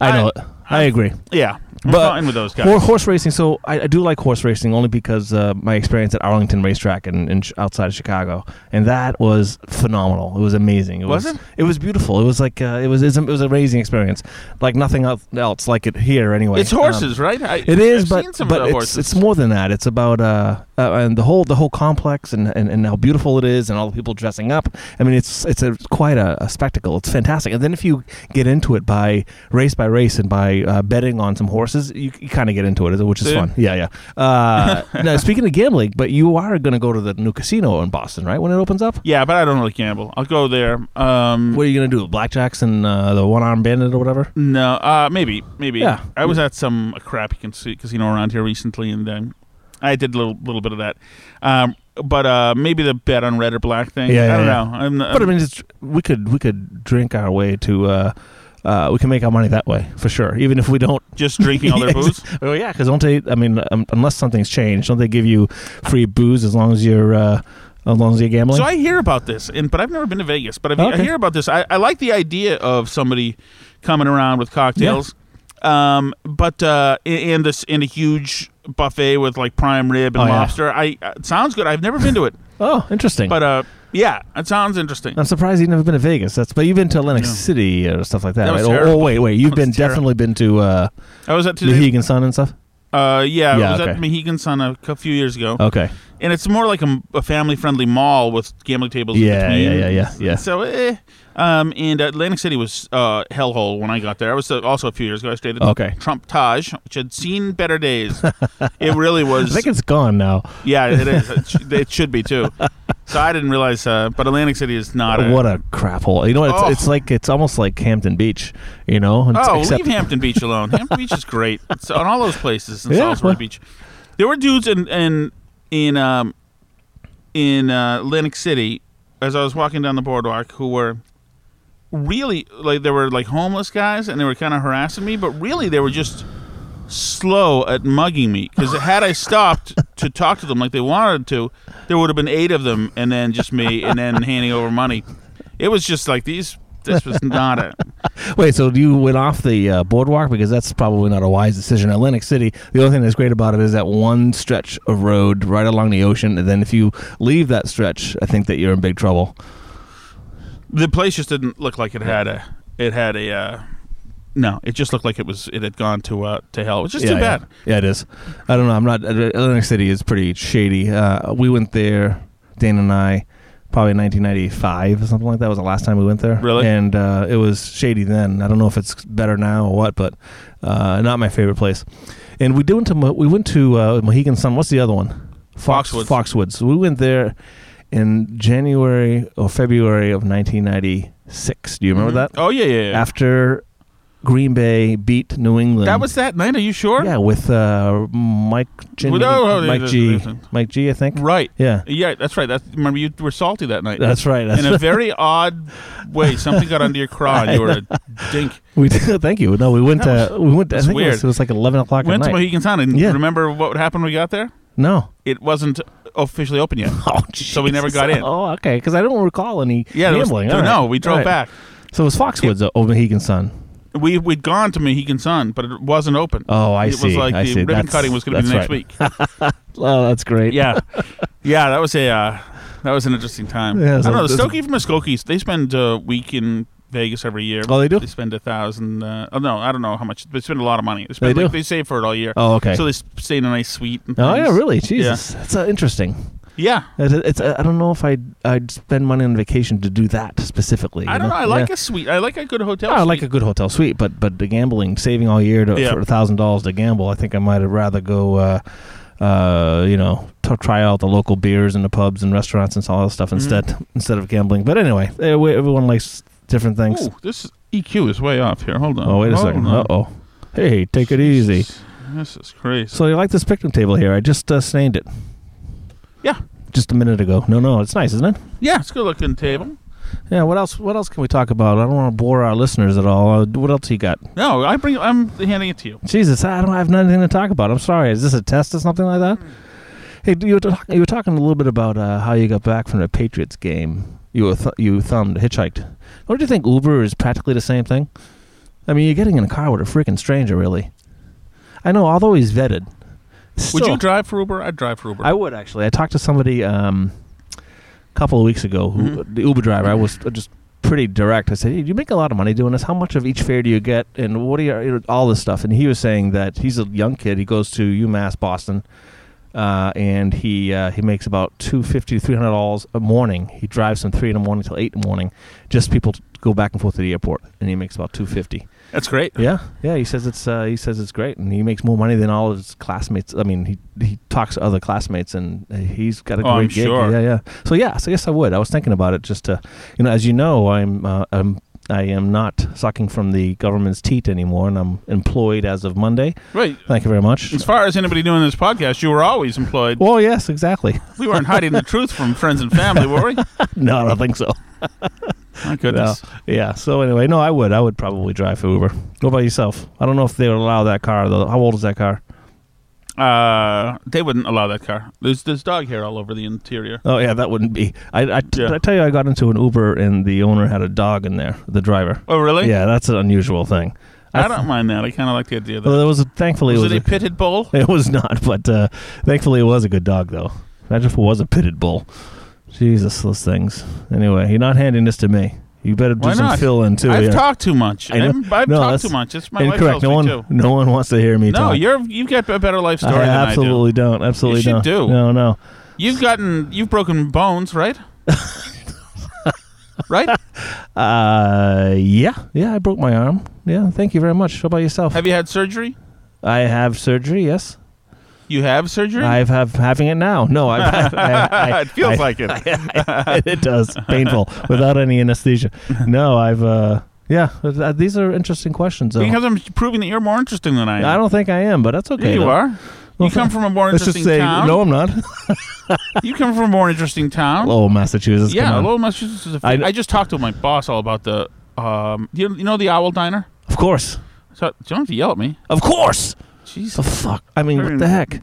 [SPEAKER 2] I
[SPEAKER 1] I-
[SPEAKER 2] know. I agree.
[SPEAKER 1] yeah, I'm
[SPEAKER 2] But-
[SPEAKER 1] fine with those guys.
[SPEAKER 2] Or horse racing. So I, I do like horse racing only because uh, my experience at Arlington Racetrack and in, sh outside of Chicago, and that was phenomenal. It was amazing. It
[SPEAKER 1] Was
[SPEAKER 2] was,
[SPEAKER 1] it?
[SPEAKER 2] It was beautiful. It was like uh, it was it was an amazing experience, like nothing el- else like it here anyway.
[SPEAKER 1] It's
[SPEAKER 2] Um,
[SPEAKER 1] horses, right? I,
[SPEAKER 2] It is,
[SPEAKER 1] I've
[SPEAKER 2] but
[SPEAKER 1] seen some
[SPEAKER 2] but
[SPEAKER 1] of the
[SPEAKER 2] it's
[SPEAKER 1] horses.
[SPEAKER 2] it's more than that. It's about uh, uh and the whole the whole complex and, and and how beautiful it is and all the people dressing up. I mean, it's it's a quite a, a spectacle. It's fantastic. And then if you get into it by race by race and by uh, betting on some horses, you, you kind of get into it, which is
[SPEAKER 1] See?
[SPEAKER 2] fun. Yeah, yeah. Uh, now speaking of gambling, but you are going to go to the new casino in Boston, right? When it opens up,
[SPEAKER 1] yeah, but I don't really gamble. I'll go there. Um,
[SPEAKER 2] what are you going to do? Blackjacks and uh, the one armed bandit or whatever.
[SPEAKER 1] no, uh, maybe, maybe.
[SPEAKER 2] Yeah.
[SPEAKER 1] I was at some crappy cas- casino around here recently, and um, I did a little little bit of that. Um, but uh, maybe the bet on red or black thing.
[SPEAKER 2] Yeah,
[SPEAKER 1] I
[SPEAKER 2] yeah,
[SPEAKER 1] don't
[SPEAKER 2] yeah.
[SPEAKER 1] know. I'm, not-
[SPEAKER 2] But I mean, it's, we could we could drink our way to. Uh, uh, we can make our money that way for sure. Even if we don't.
[SPEAKER 1] just drinking all their
[SPEAKER 2] Yeah,
[SPEAKER 1] booze.
[SPEAKER 2] Oh yeah, because don't they? I mean, um, unless something's changed, don't they give you free booze as long as you're uh, as long as you're gambling?
[SPEAKER 1] So I hear about this, and but I've never been to Vegas. But I've, I
[SPEAKER 2] Okay.
[SPEAKER 1] hear about this. I, I like the idea of somebody coming around with cocktails, um, but uh, in, in this in a huge buffet with like prime rib and
[SPEAKER 2] Oh, yeah.
[SPEAKER 1] lobster. I uh, it sounds good. I've never been to it,
[SPEAKER 2] oh, interesting.
[SPEAKER 1] but uh, yeah, it sounds interesting.
[SPEAKER 2] I'm surprised you've never been to Vegas. That's but you've been to Atlantic
[SPEAKER 1] No.
[SPEAKER 2] City or stuff like that.
[SPEAKER 1] That was
[SPEAKER 2] right? Or- Or,
[SPEAKER 1] terrible.
[SPEAKER 2] wait, wait, you've
[SPEAKER 1] That was
[SPEAKER 2] been
[SPEAKER 1] terrible.
[SPEAKER 2] definitely been to uh,
[SPEAKER 1] I was at
[SPEAKER 2] the
[SPEAKER 1] today.
[SPEAKER 2] Hegan Sun and stuff.
[SPEAKER 1] Uh, yeah, I
[SPEAKER 2] Yeah,
[SPEAKER 1] was at
[SPEAKER 2] okay. Oh.
[SPEAKER 1] Mohegan Sun a, cou- few years ago,
[SPEAKER 2] Okay,
[SPEAKER 1] and it's more like a, family friendly mall with gambling tables.
[SPEAKER 2] Yeah,
[SPEAKER 1] in between.
[SPEAKER 2] yeah, yeah, yeah, yeah.
[SPEAKER 1] So. Eh. Um, and Atlantic City was uh, hellhole when I got there. I was uh, also a few years ago. I stayed at the
[SPEAKER 2] okay.
[SPEAKER 1] Trump Taj, which had seen better days. it really
[SPEAKER 2] I
[SPEAKER 1] was.
[SPEAKER 2] think it's gone now.
[SPEAKER 1] yeah, it is. It, sh- it should be too. So I didn't realize, uh, but Atlantic City is not a.
[SPEAKER 2] what a crap hole. You know, it's,
[SPEAKER 1] Oh.
[SPEAKER 2] it's like it's almost like Hampton Beach. You know, It's-
[SPEAKER 1] oh,
[SPEAKER 2] except
[SPEAKER 1] leave Hampton Beach alone. Hampton Beach is great. It's on all those places in
[SPEAKER 2] Yeah,
[SPEAKER 1] Salisbury
[SPEAKER 2] well-
[SPEAKER 1] Beach. There were dudes in in in um, in uh, Atlantic City as I was walking down the boardwalk who were really like they were like homeless guys and they were kind of harassing me, but really they were just slow at mugging me because had I stopped to talk to them like they wanted to, there would have been eight of them and then just me and then handing over money. It was just like these. This was not a
[SPEAKER 2] Wait, so you went off the uh, boardwalk because that's probably not a wise decision. Atlantic City, the only thing that's great about it is that one stretch of road right along the ocean, and then if you leave that stretch, I think that you're in big trouble.
[SPEAKER 1] The place just didn't look like it had a. It had a. Uh, no, it just looked like it was. It had gone to uh, to hell. It was just
[SPEAKER 2] yeah,
[SPEAKER 1] too
[SPEAKER 2] yeah.
[SPEAKER 1] bad.
[SPEAKER 2] Yeah. it is. I don't know. I'm not. uh, Atlantic City is pretty shady. Uh, we went there, Dan and I, probably in 1995 or something like that was the last time we went there.
[SPEAKER 1] Really?
[SPEAKER 2] And uh, it was shady then. I don't know if it's better now or what, but uh, not my favorite place. And we went to Mo- we went to uh, Mohegan Sun. What's the other one?
[SPEAKER 1] Foxwoods.
[SPEAKER 2] Foxwoods. We went there in January or February of 1996. Do you remember that?
[SPEAKER 1] Mm-hmm. Oh yeah, yeah. yeah.
[SPEAKER 2] After Green Bay beat New England.
[SPEAKER 1] That was that night. Are you sure?
[SPEAKER 2] yeah with uh, Mike G,
[SPEAKER 1] With- oh, oh,
[SPEAKER 2] Mike
[SPEAKER 1] yeah,
[SPEAKER 2] G,
[SPEAKER 1] yeah.
[SPEAKER 2] Mike G. I think.
[SPEAKER 1] Right.
[SPEAKER 2] Yeah,
[SPEAKER 1] Yeah, that's right. That's, remember, you were salty that night.
[SPEAKER 2] that's right. That's
[SPEAKER 1] in a very odd way. Something got under your craw. and You were a dink.
[SPEAKER 2] We did, thank you. No, we went
[SPEAKER 1] That
[SPEAKER 2] to we went. To, I
[SPEAKER 1] that's
[SPEAKER 2] think It, was,
[SPEAKER 1] weird.
[SPEAKER 2] it was like eleven o'clock
[SPEAKER 1] Went
[SPEAKER 2] at
[SPEAKER 1] to
[SPEAKER 2] night.
[SPEAKER 1] Mohegan Sun and
[SPEAKER 2] Yeah.
[SPEAKER 1] remember what happened when we got there?
[SPEAKER 2] no,
[SPEAKER 1] It wasn't officially open yet.
[SPEAKER 2] oh,
[SPEAKER 1] So we never
[SPEAKER 2] Jesus.
[SPEAKER 1] got in.
[SPEAKER 2] Oh, okay, because I don't recall any
[SPEAKER 1] Yeah, there was,
[SPEAKER 2] gambling. All right.
[SPEAKER 1] no, we drove
[SPEAKER 2] All right.
[SPEAKER 1] back.
[SPEAKER 2] So it was Foxwoods uh, over Mohegan Sun.
[SPEAKER 1] We we'd gone to Mohegan Sun, but it wasn't open.
[SPEAKER 2] Oh, I
[SPEAKER 1] it
[SPEAKER 2] see.
[SPEAKER 1] was like
[SPEAKER 2] I
[SPEAKER 1] the
[SPEAKER 2] see.
[SPEAKER 1] ribbon
[SPEAKER 2] That's-
[SPEAKER 1] cutting was going to be
[SPEAKER 2] that's
[SPEAKER 1] the next
[SPEAKER 2] right.
[SPEAKER 1] week.
[SPEAKER 2] Oh, that's great.
[SPEAKER 1] Yeah, yeah, that was a uh, that was an interesting time.
[SPEAKER 2] Yeah,
[SPEAKER 1] I
[SPEAKER 2] so
[SPEAKER 1] don't know. The
[SPEAKER 2] this-
[SPEAKER 1] Stokey from Muskogee, they spend a week in Vegas every year.
[SPEAKER 2] Oh, they do.
[SPEAKER 1] They spend a thousand. Uh, oh no, I don't know how much. They spend a lot of money. They, spend,
[SPEAKER 2] They do?
[SPEAKER 1] like, they save for it all year.
[SPEAKER 2] Oh, okay.
[SPEAKER 1] So they s- stay in a nice suite. And
[SPEAKER 2] oh, yeah.
[SPEAKER 1] things.
[SPEAKER 2] Really? Jesus, that's uh, interesting.
[SPEAKER 1] Yeah.
[SPEAKER 2] It's, it's uh, I don't know if I would I'd spend money on vacation to do that specifically.
[SPEAKER 1] I
[SPEAKER 2] you
[SPEAKER 1] don't know. I
[SPEAKER 2] Yeah.
[SPEAKER 1] like a suite. I like a good hotel.
[SPEAKER 2] Oh, I
[SPEAKER 1] suite.
[SPEAKER 2] like a good hotel suite, but but the gambling, saving all year to,
[SPEAKER 1] Yeah.
[SPEAKER 2] for thousand dollars to gamble, I think I might have rather go, uh, uh, you know, to try out the local beers and the pubs and restaurants and all that stuff
[SPEAKER 1] Mm-hmm.
[SPEAKER 2] instead instead of gambling. But anyway, eh, we- everyone likes different things.
[SPEAKER 1] Ooh, this EQ is way off here. Hold on.
[SPEAKER 2] oh wait a
[SPEAKER 1] Hold
[SPEAKER 2] second.
[SPEAKER 1] on.
[SPEAKER 2] Uh oh. Hey, take it easy.
[SPEAKER 1] Jesus. This is crazy.
[SPEAKER 2] So you like this picnic table here? I just uh, stained it.
[SPEAKER 1] Yeah.
[SPEAKER 2] Just a minute ago. No, no, it's nice, isn't it?
[SPEAKER 1] yeah, it's a good looking table.
[SPEAKER 2] Yeah. What else? What else can we talk about? I don't want to bore our listeners at all. Uh, What else you got?
[SPEAKER 1] No, I bring. I'm handing it to you.
[SPEAKER 2] Jesus, I don't have nothing to talk about. I'm sorry. Is this a test or something like that? Hey, you were, talk- you were talking a little bit about uh, how you got back from the Patriots game. You were th- you thumbed hitchhiked. Don't you think Uber is practically the same thing? I mean, you're getting in a car with a freaking stranger, really. I know, although he's vetted.
[SPEAKER 1] Would
[SPEAKER 2] still-
[SPEAKER 1] you drive for Uber? I'd drive for Uber.
[SPEAKER 2] I would actually. I talked to somebody um, a couple of weeks ago who the Uber driver. I was just pretty direct. I said, "Hey, "You make a lot of money doing this. How much of each fare do you get? And what are your, you know, all this stuff?" And he was saying that he's a young kid. He goes to UMass Boston, uh, and he uh, he makes about two fifty to three hundred dollars a morning. He drives from three in the morning till eight in the morning, just people to go back and forth to the airport, and he makes about two fifty.
[SPEAKER 1] That's great.
[SPEAKER 2] Yeah, yeah. He says it's uh, he says it's great, and he makes more money than all his classmates. I mean, he he talks to other classmates, and uh, he's got a
[SPEAKER 1] Oh,
[SPEAKER 2] great
[SPEAKER 1] I'm
[SPEAKER 2] gig.
[SPEAKER 1] sure.
[SPEAKER 2] Yeah, yeah. So yeah, so yes, I would. I was thinking about it just to, you know, as you know, I'm uh, I'm I am not sucking from the government's teat anymore, and I'm employed as of Monday.
[SPEAKER 1] Right.
[SPEAKER 2] Thank you very much.
[SPEAKER 1] As far as anybody doing this podcast, you were always employed.
[SPEAKER 2] Well, yes, exactly.
[SPEAKER 1] We weren't hiding the truth from friends and family, were we?
[SPEAKER 2] no, I don't think so.
[SPEAKER 1] My goodness.
[SPEAKER 2] Yeah. So anyway, no, I would. I would probably drive for Uber. What about yourself? I don't know if they would allow that car though. How old is that car?
[SPEAKER 1] Uh, they wouldn't allow that car. There's there's dog hair all over the interior.
[SPEAKER 2] Oh yeah, that wouldn't be. I I,
[SPEAKER 1] Yeah.
[SPEAKER 2] I tell you, I got into an Uber and the owner had a dog in there, the driver.
[SPEAKER 1] Oh, really?
[SPEAKER 2] Yeah, that's an unusual thing.
[SPEAKER 1] I
[SPEAKER 2] th-
[SPEAKER 1] don't mind that. I kind of like the idea of that.
[SPEAKER 2] Well, there was a, thankfully
[SPEAKER 1] was
[SPEAKER 2] it was
[SPEAKER 1] it a pitted bull?
[SPEAKER 2] a- it was not, but uh, thankfully it was a good dog though. Imagine if it was a pitted bull. Jesus, those things. Anyway, you're not handing this to me. You better do
[SPEAKER 1] Why
[SPEAKER 2] some
[SPEAKER 1] not?
[SPEAKER 2] fill in too
[SPEAKER 1] I've
[SPEAKER 2] here.
[SPEAKER 1] talked too much.
[SPEAKER 2] I know.
[SPEAKER 1] I'm- I've
[SPEAKER 2] No,
[SPEAKER 1] talked
[SPEAKER 2] that's
[SPEAKER 1] too much. It's my
[SPEAKER 2] Incorrect.
[SPEAKER 1] Life tells
[SPEAKER 2] No one,
[SPEAKER 1] me too.
[SPEAKER 2] no one wants to hear me
[SPEAKER 1] No,
[SPEAKER 2] talk.
[SPEAKER 1] you're you've got a better life story
[SPEAKER 2] I
[SPEAKER 1] than I do.
[SPEAKER 2] absolutely don't. Absolutely
[SPEAKER 1] You should do.
[SPEAKER 2] don't. No, no.
[SPEAKER 1] You've gotten you've broken bones, right? right?
[SPEAKER 2] Uh, yeah, yeah. I broke my arm. Yeah. Thank you very much. How about yourself?
[SPEAKER 1] Have you had surgery?
[SPEAKER 2] I have surgery. Yes.
[SPEAKER 1] You have surgery?
[SPEAKER 2] I've have having it now. No, I've, I, I,
[SPEAKER 1] Hmm. it feels
[SPEAKER 2] I-
[SPEAKER 1] like it.
[SPEAKER 2] it does painful without any anesthesia. No, I've uh, yeah. th- These are interesting questions. Though.
[SPEAKER 1] Because I'm proving that you're more interesting than I am.
[SPEAKER 2] I don't think I am, but that's okay.
[SPEAKER 1] Yeah, you
[SPEAKER 2] though.
[SPEAKER 1] are.
[SPEAKER 2] Well,
[SPEAKER 1] you come from a more
[SPEAKER 2] Let's
[SPEAKER 1] interesting
[SPEAKER 2] just say
[SPEAKER 1] town.
[SPEAKER 2] no. I'm not.
[SPEAKER 1] You come from a more interesting town.
[SPEAKER 2] Hello, Massachusetts. come
[SPEAKER 1] yeah,
[SPEAKER 2] on.
[SPEAKER 1] Lowell, Massachusetts. Is a
[SPEAKER 2] I
[SPEAKER 1] I
[SPEAKER 2] kn-
[SPEAKER 1] just talked to my boss all about the. Um, you, you know the Owl Diner.
[SPEAKER 2] Of course,
[SPEAKER 1] So you don't have to yell at me.
[SPEAKER 2] of course.
[SPEAKER 1] Jeez.
[SPEAKER 2] The fuck. I mean,
[SPEAKER 1] Very
[SPEAKER 2] what the heck?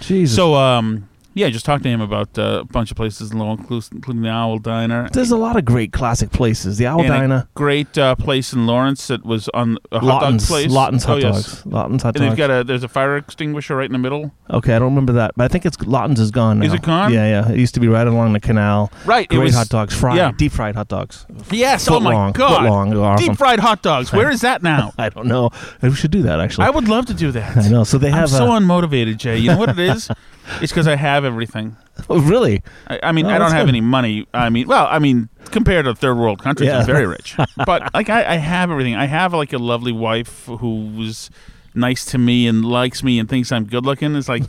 [SPEAKER 2] Jesus.
[SPEAKER 1] So um, yeah, I just talked to him about uh, a bunch of places in Lowell, inclus- including the Owl Diner.
[SPEAKER 2] there's a lot of great classic places. The Owl
[SPEAKER 1] And a
[SPEAKER 2] Diner,
[SPEAKER 1] Great uh, place in Lawrence that was on a hot
[SPEAKER 2] Lawton's,
[SPEAKER 1] dog place.
[SPEAKER 2] Lawton's hot
[SPEAKER 1] oh,
[SPEAKER 2] dogs,
[SPEAKER 1] Yes.
[SPEAKER 2] Lawton's hot
[SPEAKER 1] And they've
[SPEAKER 2] dogs.
[SPEAKER 1] got a there's a fire extinguisher right in the middle.
[SPEAKER 2] okay, I don't remember that, but I think it's Lawton's is gone. Now.
[SPEAKER 1] Is it gone?
[SPEAKER 2] Yeah, yeah. It used to be right along the canal.
[SPEAKER 1] Right.
[SPEAKER 2] Great
[SPEAKER 1] it was
[SPEAKER 2] hot dogs, fried,
[SPEAKER 1] yeah.
[SPEAKER 2] deep fried hot dogs.
[SPEAKER 1] Yes.
[SPEAKER 2] Foot
[SPEAKER 1] oh my
[SPEAKER 2] long,
[SPEAKER 1] god.
[SPEAKER 2] foot long, they're awesome.
[SPEAKER 1] Deep fried hot dogs. Where is that now?
[SPEAKER 2] I don't know. We should do that actually.
[SPEAKER 1] I
[SPEAKER 2] I
[SPEAKER 1] would love to do that.
[SPEAKER 2] know. So they
[SPEAKER 1] I'm
[SPEAKER 2] have uh,
[SPEAKER 1] so
[SPEAKER 2] a,
[SPEAKER 1] unmotivated, Jay. You know what it is? it's because I have everything.
[SPEAKER 2] Oh, really.
[SPEAKER 1] I, I mean,
[SPEAKER 2] Oh,
[SPEAKER 1] I don't
[SPEAKER 2] that's
[SPEAKER 1] have
[SPEAKER 2] good.
[SPEAKER 1] any money. I mean, well, I mean, compared to third world countries,
[SPEAKER 2] Yeah.
[SPEAKER 1] I'm very rich. but like, I, I have everything. I have like a lovely wife who's nice to me and likes me and thinks I'm good looking. It's like,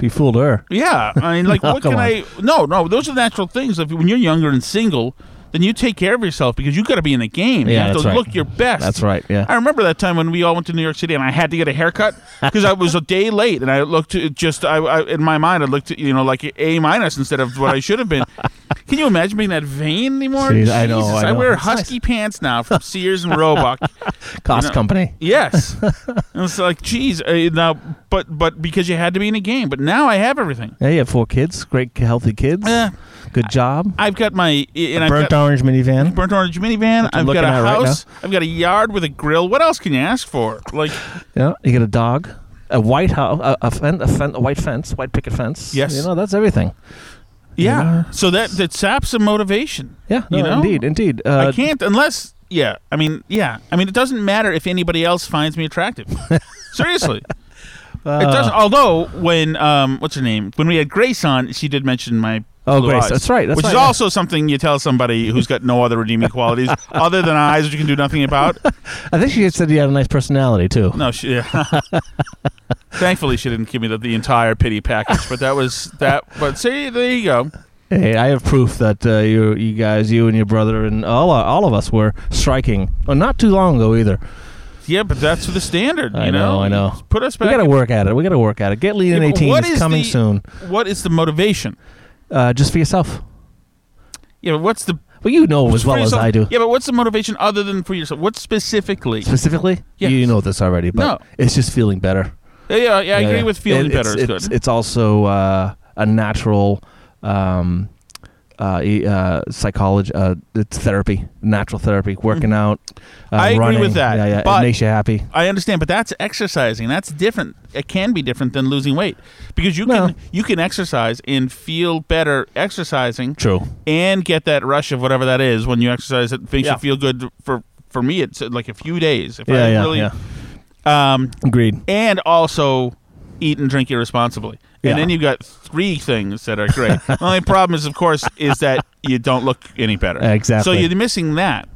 [SPEAKER 2] We fooled her.
[SPEAKER 1] yeah, I mean, like,
[SPEAKER 2] No,
[SPEAKER 1] what can
[SPEAKER 2] Oh, come on.
[SPEAKER 1] I? No, no, those are natural things. If when you're younger and single, then you take care of yourself because you got to be in the game. you
[SPEAKER 2] Yeah,
[SPEAKER 1] have
[SPEAKER 2] that's
[SPEAKER 1] to
[SPEAKER 2] right.
[SPEAKER 1] look your best.
[SPEAKER 2] That's right, yeah.
[SPEAKER 1] I remember that time when we all went to New York City and I had to get a haircut because I was a day late and I looked at just I, I in my mind I looked at, you know like a minus instead of what I should have been. Can you imagine being that vain anymore?
[SPEAKER 2] Jeez, I know,
[SPEAKER 1] Jesus,
[SPEAKER 2] I know.
[SPEAKER 1] wear
[SPEAKER 2] It's nice.
[SPEAKER 1] husky pants now from Sears and Roebuck.
[SPEAKER 2] Cost
[SPEAKER 1] You know-
[SPEAKER 2] company.
[SPEAKER 1] Yes, and it's like geez uh, now, but but because you had to be in a game, but now I have everything.
[SPEAKER 2] Yeah, you have four kids, great healthy kids.
[SPEAKER 1] Eh,
[SPEAKER 2] Good job.
[SPEAKER 1] I've got my and I've
[SPEAKER 2] Burnt
[SPEAKER 1] got,
[SPEAKER 2] orange minivan.
[SPEAKER 1] burnt orange minivan.
[SPEAKER 2] I'm
[SPEAKER 1] I've got
[SPEAKER 2] looking
[SPEAKER 1] a
[SPEAKER 2] at it right
[SPEAKER 1] house. I've got a yard with a grill. What else can you ask for? Like
[SPEAKER 2] Yeah, you get a dog, a white house, a, a, fen- a, fen- a white fence, white picket fence.
[SPEAKER 1] Yes.
[SPEAKER 2] you know that's everything.
[SPEAKER 1] yeah. So that that saps some motivation.
[SPEAKER 2] Yeah, no,
[SPEAKER 1] You know?
[SPEAKER 2] indeed, indeed.
[SPEAKER 1] I
[SPEAKER 2] Uh,
[SPEAKER 1] can't unless yeah. I mean yeah. I mean it doesn't matter if anybody else finds me attractive. Seriously,
[SPEAKER 2] uh,
[SPEAKER 1] it doesn't. Although when um what's her name when we had Grace on, she did mention my.
[SPEAKER 2] Oh,
[SPEAKER 1] blue
[SPEAKER 2] Grace,
[SPEAKER 1] eyes,
[SPEAKER 2] that's right. That's
[SPEAKER 1] which
[SPEAKER 2] right.
[SPEAKER 1] is also something you tell somebody who's got no other redeeming qualities other than eyes, which you can do nothing about.
[SPEAKER 2] I think she said you had a nice personality too.
[SPEAKER 1] No, she. Yeah. Thankfully, she didn't give me the, the entire pity package, but that was that. But see, there you go.
[SPEAKER 2] Hey, I have proof that uh, you, you guys, you and your brother, and all uh, all of us were striking. Oh, not too long ago either.
[SPEAKER 1] Yeah, but that's the standard. You
[SPEAKER 2] I know, I know.
[SPEAKER 1] Put us
[SPEAKER 2] We
[SPEAKER 1] back.
[SPEAKER 2] got to work at it. We got to work at it. Get lead in
[SPEAKER 1] Yeah, but
[SPEAKER 2] eighteen.
[SPEAKER 1] what
[SPEAKER 2] It's
[SPEAKER 1] is
[SPEAKER 2] coming
[SPEAKER 1] the-
[SPEAKER 2] soon.
[SPEAKER 1] what is the motivation?
[SPEAKER 2] Uh, just for yourself.
[SPEAKER 1] Yeah, but what's the
[SPEAKER 2] Well, you know as
[SPEAKER 1] for
[SPEAKER 2] well as
[SPEAKER 1] yourself-
[SPEAKER 2] I do.
[SPEAKER 1] Yeah, but what's the motivation other than for yourself? What specifically?
[SPEAKER 2] Specifically,
[SPEAKER 1] Yes.
[SPEAKER 2] you know this already, but
[SPEAKER 1] No.
[SPEAKER 2] it's just feeling better.
[SPEAKER 1] Yeah, yeah, yeah, I
[SPEAKER 2] Yeah,
[SPEAKER 1] agree
[SPEAKER 2] yeah.
[SPEAKER 1] with feeling
[SPEAKER 2] It-
[SPEAKER 1] better
[SPEAKER 2] It's,
[SPEAKER 1] is
[SPEAKER 2] it's,
[SPEAKER 1] good.
[SPEAKER 2] it's also uh, a natural um, uh, e- uh, psychology. Uh, it's therapy, natural therapy, working out. Uh,
[SPEAKER 1] Mm-hmm. I agree
[SPEAKER 2] running.
[SPEAKER 1] with that,
[SPEAKER 2] Yeah, yeah,
[SPEAKER 1] but-
[SPEAKER 2] it makes you happy.
[SPEAKER 1] I understand, but that's exercising. That's different. It can be different than losing weight because you
[SPEAKER 2] Well-
[SPEAKER 1] can you can exercise and feel better exercising
[SPEAKER 2] True.
[SPEAKER 1] and get that rush of whatever that is when you exercise. It makes
[SPEAKER 2] Yeah.
[SPEAKER 1] you feel good for for me. It's like a few days. If
[SPEAKER 2] Yeah,
[SPEAKER 1] I
[SPEAKER 2] yeah,
[SPEAKER 1] really,
[SPEAKER 2] yeah.
[SPEAKER 1] Um,
[SPEAKER 2] Agreed.
[SPEAKER 1] and also eat and drink irresponsibly.
[SPEAKER 2] Yeah.
[SPEAKER 1] And then you've got three things that are great. the only problem is, of course, is that you don't look any better.
[SPEAKER 2] Exactly.
[SPEAKER 1] So you're missing that.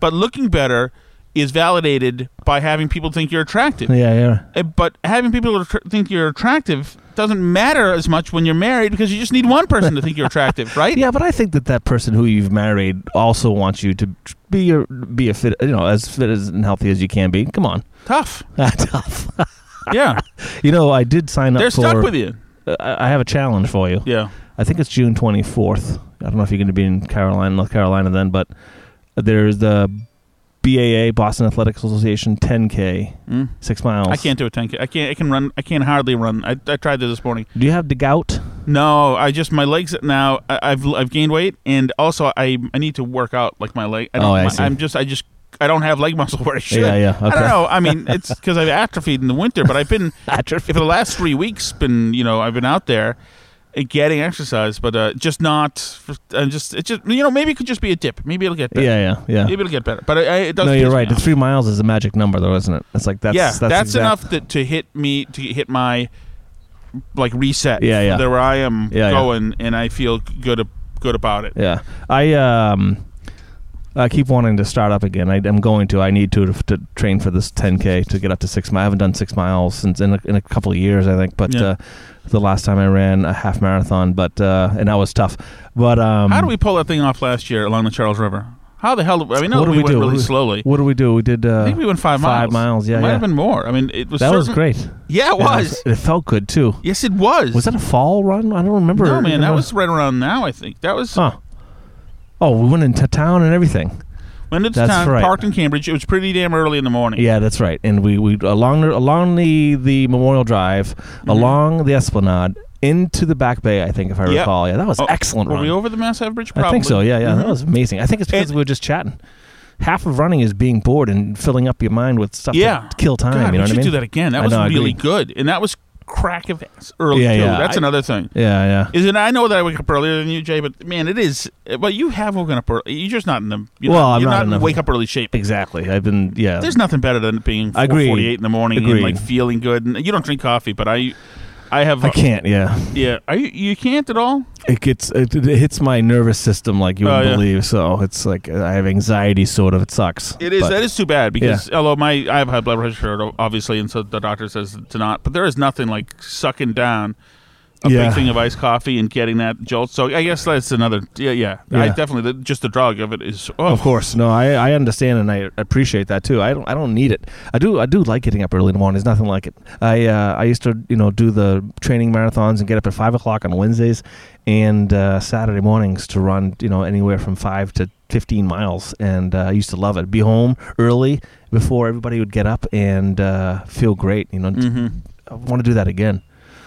[SPEAKER 1] But looking better is validated by having people think you're attractive.
[SPEAKER 2] Yeah, yeah.
[SPEAKER 1] Uh, But having people attr- think you're attractive doesn't matter as much when you're married because you just need one person to think you're attractive, right?
[SPEAKER 2] Yeah, but I think that that person who you've married also wants you to be your be a fit, you know, as fit as and healthy as you can be. Come on,
[SPEAKER 1] Tough.
[SPEAKER 2] tough.
[SPEAKER 1] Yeah.
[SPEAKER 2] You know, I did sign up.
[SPEAKER 1] They're
[SPEAKER 2] for, uh,
[SPEAKER 1] stuck with you.
[SPEAKER 2] I I have a challenge for you.
[SPEAKER 1] Yeah.
[SPEAKER 2] I think it's June 24th. I don't know if you're going to be in Carolina, North Carolina then, but there's the BAA Boston Athletic Association 10K,
[SPEAKER 1] Mm.
[SPEAKER 2] six miles.
[SPEAKER 1] I can't do a 10K. I can't. I can run. I can hardly run. I, I tried this this morning.
[SPEAKER 2] Do you have the gout?
[SPEAKER 1] No, I just my legs now. I, I've I've gained weight, and also I I need to work out like my leg. I don't,
[SPEAKER 2] Oh, I
[SPEAKER 1] my-
[SPEAKER 2] see.
[SPEAKER 1] I'm just I just I don't have leg muscle where I should.
[SPEAKER 2] Yeah, yeah.
[SPEAKER 1] I
[SPEAKER 2] Okay.
[SPEAKER 1] don't know. I mean, it's because I've atrophied in the winter, but I've been for the last three weeks been you know I've been out there uh, getting exercise, but uh, just not. I'm just it just you know maybe it could just be a dip. Maybe it'll get better.
[SPEAKER 2] Yeah, yeah, yeah.
[SPEAKER 1] Maybe it'll get better. But I, I, it does.
[SPEAKER 2] No, you're
[SPEAKER 1] piss me
[SPEAKER 2] right. The
[SPEAKER 1] off.
[SPEAKER 2] three miles is a magic number, though, isn't it? It's like that's
[SPEAKER 1] yeah,
[SPEAKER 2] that's,
[SPEAKER 1] that's,
[SPEAKER 2] exact-
[SPEAKER 1] enough that, to hit me to hit my like reset.
[SPEAKER 2] Yeah, yeah.
[SPEAKER 1] There where I am
[SPEAKER 2] Yeah, yeah.
[SPEAKER 1] going, and I feel good ab- good about it.
[SPEAKER 2] Yeah, I um, I keep wanting to start up again. I, I'm going to. I need to, to train for this 10k to get up to six. miles. I haven't done six miles since in a, in a couple of years, I think. But
[SPEAKER 1] Yeah.
[SPEAKER 2] uh, the last time I ran a half marathon, but uh, and that was tough. But um,
[SPEAKER 1] How did we pull that thing off last year along the Charles River? How the hell? Did, I mean, no,
[SPEAKER 2] What did
[SPEAKER 1] we,
[SPEAKER 2] we
[SPEAKER 1] went
[SPEAKER 2] do?
[SPEAKER 1] really
[SPEAKER 2] We-
[SPEAKER 1] slowly.
[SPEAKER 2] What did we do? We did. Uh,
[SPEAKER 1] I think we went five,
[SPEAKER 2] five miles, yeah,
[SPEAKER 1] might
[SPEAKER 2] yeah.
[SPEAKER 1] have been more. I mean, it was
[SPEAKER 2] that was
[SPEAKER 1] certain-
[SPEAKER 2] great.
[SPEAKER 1] Yeah, it
[SPEAKER 2] Yeah,
[SPEAKER 1] was.
[SPEAKER 2] It felt good too.
[SPEAKER 1] Yes, it was.
[SPEAKER 2] Was that a fall run? I don't remember.
[SPEAKER 1] no, man, that
[SPEAKER 2] Remember-
[SPEAKER 1] was right around now. I think that was
[SPEAKER 2] Huh. Oh, we went into town and everything.
[SPEAKER 1] when it's
[SPEAKER 2] that's
[SPEAKER 1] time
[SPEAKER 2] right.
[SPEAKER 1] parked in Cambridge. It was pretty damn early in the morning.
[SPEAKER 2] Yeah, that's right. And we, we along the, along the the Memorial Drive,
[SPEAKER 1] Mm-hmm.
[SPEAKER 2] along the Esplanade, into the back bay. I think if I
[SPEAKER 1] Yep.
[SPEAKER 2] recall. Yeah, that was
[SPEAKER 1] Oh,
[SPEAKER 2] excellent
[SPEAKER 1] Were
[SPEAKER 2] run.
[SPEAKER 1] we over the Mass Ave Bridge? Probably.
[SPEAKER 2] I think so. Yeah, yeah, that
[SPEAKER 1] Mhm.
[SPEAKER 2] was amazing. I think it's because
[SPEAKER 1] And-
[SPEAKER 2] we were just chatting. Half of running is being bored and filling up your mind with stuff
[SPEAKER 1] Yeah.
[SPEAKER 2] to kill time.
[SPEAKER 1] God,
[SPEAKER 2] you know
[SPEAKER 1] we
[SPEAKER 2] what I
[SPEAKER 1] should
[SPEAKER 2] mean?
[SPEAKER 1] do that again. That
[SPEAKER 2] I
[SPEAKER 1] was
[SPEAKER 2] know, I
[SPEAKER 1] really
[SPEAKER 2] agree.
[SPEAKER 1] good, and that was crack of ass early
[SPEAKER 2] Yeah,
[SPEAKER 1] too.
[SPEAKER 2] yeah.
[SPEAKER 1] That's
[SPEAKER 2] I-
[SPEAKER 1] another thing.
[SPEAKER 2] Yeah, yeah.
[SPEAKER 1] Is it? I know that I wake up earlier than you, Jay, but man, it is. But you have woken up early. You're just not in the. You're
[SPEAKER 2] Well,
[SPEAKER 1] not,
[SPEAKER 2] I'm
[SPEAKER 1] you're
[SPEAKER 2] not
[SPEAKER 1] not,
[SPEAKER 2] in
[SPEAKER 1] in
[SPEAKER 2] the-
[SPEAKER 1] wake up early shape.
[SPEAKER 2] Exactly. I've been yeah.
[SPEAKER 1] There's nothing better than being four
[SPEAKER 2] Agreed.
[SPEAKER 1] forty-eight in the morning
[SPEAKER 2] Agreed.
[SPEAKER 1] and like feeling good. And you don't drink coffee, but I, I have.
[SPEAKER 2] I can't. Yeah,
[SPEAKER 1] Yeah, are you? You can't at all.
[SPEAKER 2] it gets it, it hits my nervous system like you
[SPEAKER 1] Oh,
[SPEAKER 2] wouldn't
[SPEAKER 1] yeah.
[SPEAKER 2] believe. So it's like I have anxiety. Sort of. It sucks.
[SPEAKER 1] It is.
[SPEAKER 2] But-
[SPEAKER 1] that is too bad because although my I have high blood pressure, obviously, and so the doctor says to not. But there is nothing like sucking down a
[SPEAKER 2] Yeah.
[SPEAKER 1] big thing of iced coffee and getting that jolt. So I guess that's another. Yeah, yeah. I
[SPEAKER 2] Yeah.
[SPEAKER 1] definitely the, just the drug of it is. Oh,
[SPEAKER 2] Of course, no, I, I understand and I appreciate that too. I don't I don't need it. I do I do like getting up early in the morning. There's nothing like it. I uh, I used to you know do the training marathons and get up at five o'clock on Wednesdays and uh, Saturday mornings to run you know anywhere from five to fifteen miles and uh, I used to love it. Be home early before everybody would get up and uh, feel great. You know,
[SPEAKER 1] Mhm.
[SPEAKER 2] I want to do that again.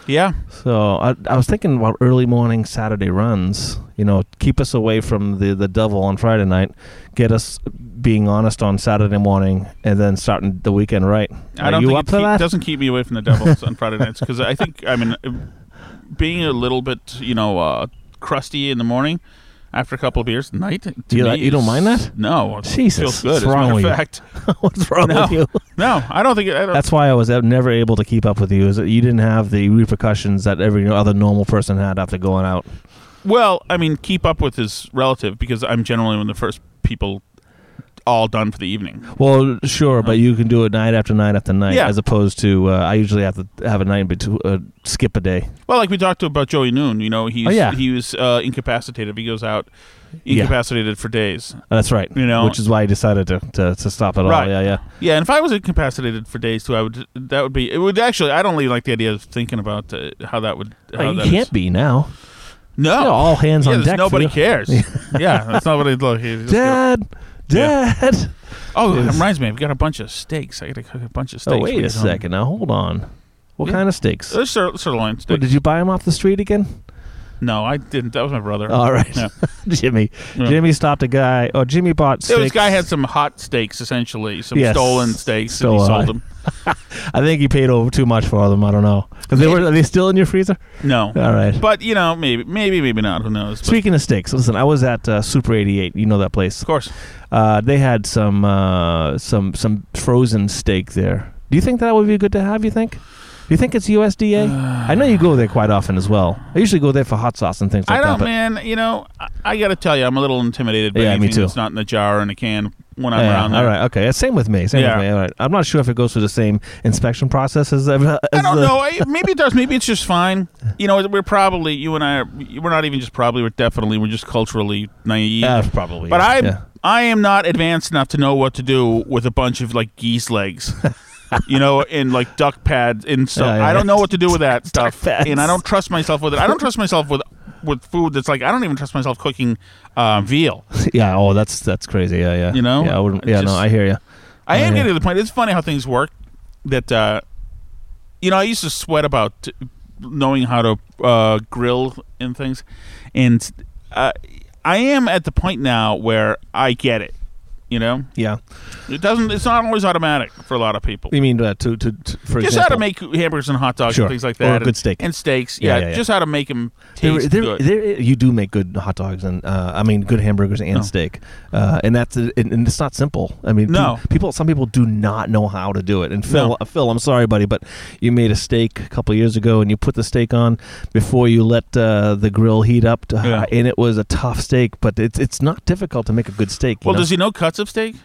[SPEAKER 1] Yeah.
[SPEAKER 2] So I, I was thinking about early morning Saturday runs. You know, keep us away from the the devil on Friday night. Get us being honest on Saturday morning, and then starting the weekend right.
[SPEAKER 1] I
[SPEAKER 2] Are
[SPEAKER 1] don't
[SPEAKER 2] you
[SPEAKER 1] think
[SPEAKER 2] up
[SPEAKER 1] it
[SPEAKER 2] for
[SPEAKER 1] keep-
[SPEAKER 2] that?
[SPEAKER 1] doesn't keep me away from the Devils on Friday nights because I think I mean being a little bit you know uh, crusty in the morning after a couple of beers at night. to
[SPEAKER 2] Do you
[SPEAKER 1] me
[SPEAKER 2] like- you don't
[SPEAKER 1] is-
[SPEAKER 2] mind that?
[SPEAKER 1] No, it
[SPEAKER 2] Jesus,
[SPEAKER 1] feels good.
[SPEAKER 2] what's
[SPEAKER 1] as a
[SPEAKER 2] wrong
[SPEAKER 1] matter of
[SPEAKER 2] with you?
[SPEAKER 1] fact,
[SPEAKER 2] What's wrong
[SPEAKER 1] No.
[SPEAKER 2] with you?
[SPEAKER 1] no, I don't think it, I don't.
[SPEAKER 2] That's why I was out- never able to keep up with you. Is that you didn't have the repercussions that every other normal person had after going out?
[SPEAKER 1] well, I mean, keep up with his relative because I'm generally one of the first people all done for the evening.
[SPEAKER 2] Well, sure, but you can do it night after night after night,
[SPEAKER 1] Yeah.
[SPEAKER 2] as opposed to uh, I usually have to have a night between uh, skip a day.
[SPEAKER 1] Well, like we talked about Joey Noon, you know, he's
[SPEAKER 2] Oh, yeah.
[SPEAKER 1] he was uh, incapacitated. He goes out
[SPEAKER 2] Yeah.
[SPEAKER 1] incapacitated for days.
[SPEAKER 2] That's right.
[SPEAKER 1] You know-
[SPEAKER 2] which is why I decided to, to, to stop it
[SPEAKER 1] Right.
[SPEAKER 2] all. Yeah, yeah.
[SPEAKER 1] Yeah, and if I was incapacitated for days too, I would. That would be. It would actually. I don't really like the idea of thinking about uh, how that would. How
[SPEAKER 2] Oh, you
[SPEAKER 1] that
[SPEAKER 2] can't
[SPEAKER 1] is.
[SPEAKER 2] be now.
[SPEAKER 1] No.
[SPEAKER 2] Yeah, all hands
[SPEAKER 1] yeah,
[SPEAKER 2] on
[SPEAKER 1] there's
[SPEAKER 2] deck. for
[SPEAKER 1] nobody
[SPEAKER 2] you.
[SPEAKER 1] cares. yeah, that's not what I look. you just go-
[SPEAKER 2] Dad,
[SPEAKER 1] Yeah.
[SPEAKER 2] Dad.
[SPEAKER 1] Oh, that
[SPEAKER 2] Yes.
[SPEAKER 1] reminds me. I've got a bunch of steaks. I got to cook a bunch of steaks.
[SPEAKER 2] Oh,
[SPEAKER 1] for
[SPEAKER 2] wait
[SPEAKER 1] you
[SPEAKER 2] a
[SPEAKER 1] at home.
[SPEAKER 2] second. Now hold on. What
[SPEAKER 1] Yeah. Uh,
[SPEAKER 2] kind of steaks?
[SPEAKER 1] There's sir, sirloin
[SPEAKER 2] What,
[SPEAKER 1] steak.
[SPEAKER 2] did you buy them off the street again?
[SPEAKER 1] no, I didn't. That was my brother.
[SPEAKER 2] All right,
[SPEAKER 1] Yeah.
[SPEAKER 2] Jimmy.
[SPEAKER 1] Yeah.
[SPEAKER 2] Jimmy stopped a guy. Oh, Jimmy bought
[SPEAKER 1] Yeah,
[SPEAKER 2] steaks.
[SPEAKER 1] This guy had some hot steaks, essentially, some
[SPEAKER 2] Yes.
[SPEAKER 1] stolen steaks, and he
[SPEAKER 2] Stolen.
[SPEAKER 1] sold them.
[SPEAKER 2] I think he paid over too much for them. I don't know. 'Cause they were. Are they still in your freezer?
[SPEAKER 1] No,
[SPEAKER 2] All right.
[SPEAKER 1] but you know, maybe, maybe, maybe not. Who knows? But
[SPEAKER 2] Speaking of steaks, listen. I was at uh, Super 88. You know that place.
[SPEAKER 1] of course,
[SPEAKER 2] Uh, they had some uh, some some frozen steak there. Do you think that would be good to have? You think? Do you think it's
[SPEAKER 1] Uh,
[SPEAKER 2] USDA? I know you go there quite often as well. I usually go there for hot sauce and things like
[SPEAKER 1] I don't,
[SPEAKER 2] that.
[SPEAKER 1] man. You know, I, I got to tell you, I'm a little intimidated by
[SPEAKER 2] Yeah, me
[SPEAKER 1] anything
[SPEAKER 2] too.
[SPEAKER 1] that's not in a jar or in a can when
[SPEAKER 2] but,
[SPEAKER 1] I'm
[SPEAKER 2] Yeah,
[SPEAKER 1] around. There.
[SPEAKER 2] all right, okay. Same with me. Same
[SPEAKER 1] Yeah.
[SPEAKER 2] with me. All right. I'm not sure if it goes through the same inspection process as, as
[SPEAKER 1] I don't
[SPEAKER 2] the-
[SPEAKER 1] know. I, maybe it does. Maybe it's just fine. You know, we're probably you and I. Are, we're not even just probably. We're definitely. We're just culturally naive.
[SPEAKER 2] Yeah, probably.
[SPEAKER 1] but
[SPEAKER 2] yeah,
[SPEAKER 1] I'm
[SPEAKER 2] yeah.
[SPEAKER 1] I am not advanced enough to know what to do with a bunch of like geese legs. You know, and like duck pads and stuff.
[SPEAKER 2] Yeah, yeah.
[SPEAKER 1] I don't know what to do with that stuff,
[SPEAKER 2] pads.
[SPEAKER 1] and I don't trust myself with it. I don't trust myself with with food that's like I don't even trust myself cooking uh, veal.
[SPEAKER 2] yeah. Oh, that's that's crazy. Yeah, yeah.
[SPEAKER 1] You know?
[SPEAKER 2] Yeah, I wouldn't,
[SPEAKER 1] I
[SPEAKER 2] yeah. no,
[SPEAKER 1] just-
[SPEAKER 2] I hear you.
[SPEAKER 1] I am
[SPEAKER 2] Yeah.
[SPEAKER 1] getting to the point. It's funny how things work. That uh, you know, I used to sweat about t- knowing how to uh, grill and things, and uh, I am at the point now where I get it. You know,
[SPEAKER 2] Yeah.
[SPEAKER 1] it doesn't. It's not always automatic for a lot of people.
[SPEAKER 2] You mean uh, to, to to for
[SPEAKER 1] Just
[SPEAKER 2] example?
[SPEAKER 1] how to make hamburgers and hot dogs
[SPEAKER 2] Sure.
[SPEAKER 1] and things like
[SPEAKER 2] Or a
[SPEAKER 1] that,
[SPEAKER 2] good
[SPEAKER 1] and-
[SPEAKER 2] steak.
[SPEAKER 1] and steaks. Yeah,
[SPEAKER 2] Yeah, yeah, yeah.
[SPEAKER 1] just how to make them
[SPEAKER 2] There,
[SPEAKER 1] taste
[SPEAKER 2] there,
[SPEAKER 1] good.
[SPEAKER 2] there- you do make good hot dogs and uh, I mean good hamburgers and
[SPEAKER 1] No.
[SPEAKER 2] steak, uh, and that's and, and it's not simple. I mean, pe-
[SPEAKER 1] No.
[SPEAKER 2] people. Some people do not know how to do it. And Phil,
[SPEAKER 1] No.
[SPEAKER 2] uh, Phil, I'm sorry, buddy, but you made a steak a couple of years ago, and you put the steak on before you let uh, the grill heat up, to,
[SPEAKER 1] Yeah.
[SPEAKER 2] and it was a tough steak. But it's it's not difficult to make a good steak. you
[SPEAKER 1] well,
[SPEAKER 2] know?
[SPEAKER 1] does he know cuts of steak?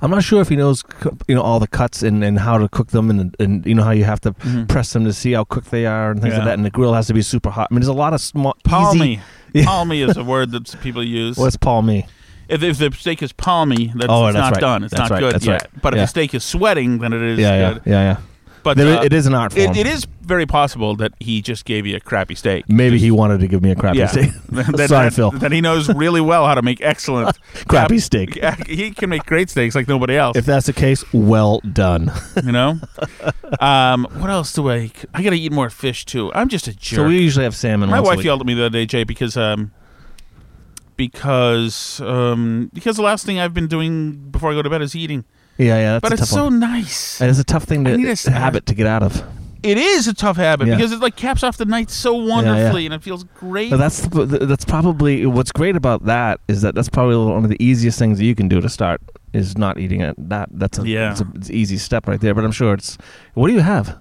[SPEAKER 2] I'm not sure if he knows c- you know all the cuts and, and how to cook them and and you know how you have to
[SPEAKER 1] Mhm.
[SPEAKER 2] press them to see how quick they are and things
[SPEAKER 1] Yeah.
[SPEAKER 2] like that. And the grill has to be super hot. I mean, there's a lot of small easy.
[SPEAKER 1] Palmy.
[SPEAKER 2] Yeah.
[SPEAKER 1] Palmy is a word that people use.
[SPEAKER 2] What's palmy?
[SPEAKER 1] If, if the steak is palmy, that's,
[SPEAKER 2] Oh,
[SPEAKER 1] it's
[SPEAKER 2] that's
[SPEAKER 1] not
[SPEAKER 2] right.
[SPEAKER 1] done. It's not
[SPEAKER 2] That's right.
[SPEAKER 1] good
[SPEAKER 2] That's
[SPEAKER 1] yet.
[SPEAKER 2] right.
[SPEAKER 1] But if
[SPEAKER 2] Yeah.
[SPEAKER 1] the steak is sweating, then it is
[SPEAKER 2] yeah,
[SPEAKER 1] good.
[SPEAKER 2] yeah, yeah, yeah.
[SPEAKER 1] But
[SPEAKER 2] There-
[SPEAKER 1] uh,
[SPEAKER 2] it is an art form.
[SPEAKER 1] it, it is very possible that he just gave you a crappy steak.
[SPEAKER 2] Maybe he wanted to give me a crappy
[SPEAKER 1] yeah.
[SPEAKER 2] steak.
[SPEAKER 1] that,
[SPEAKER 2] Sorry,
[SPEAKER 1] that-
[SPEAKER 2] Phil.
[SPEAKER 1] That he knows really well how to make excellent
[SPEAKER 2] Crappy steak.
[SPEAKER 1] He can make great steaks like nobody else.
[SPEAKER 2] If that's the case, well done.
[SPEAKER 1] you know. um, what else do I? I gotta eat more fish too. I'm just a jerk.
[SPEAKER 2] So we usually have salmon.
[SPEAKER 1] My
[SPEAKER 2] once a
[SPEAKER 1] wife
[SPEAKER 2] week.
[SPEAKER 1] yelled at me the other day, Jay, because um, because um, because the last thing I've been doing before I go to bed is eating.
[SPEAKER 2] Yeah, yeah. That's
[SPEAKER 1] but
[SPEAKER 2] a
[SPEAKER 1] it's
[SPEAKER 2] tough
[SPEAKER 1] so
[SPEAKER 2] one.
[SPEAKER 1] nice.
[SPEAKER 2] It is a tough thing
[SPEAKER 1] I
[SPEAKER 2] to
[SPEAKER 1] need a salad.
[SPEAKER 2] habit to get out of.
[SPEAKER 1] It is a tough habit
[SPEAKER 2] Yeah.
[SPEAKER 1] because it like caps off the night so wonderfully, and it feels great.
[SPEAKER 2] But that's that's probably what's great about that is that that's probably one of the easiest things that you can do to start is not eating it. That that's a
[SPEAKER 1] Yeah.
[SPEAKER 2] it's, a, it's an easy step right there. But I'm sure it's. What do you have?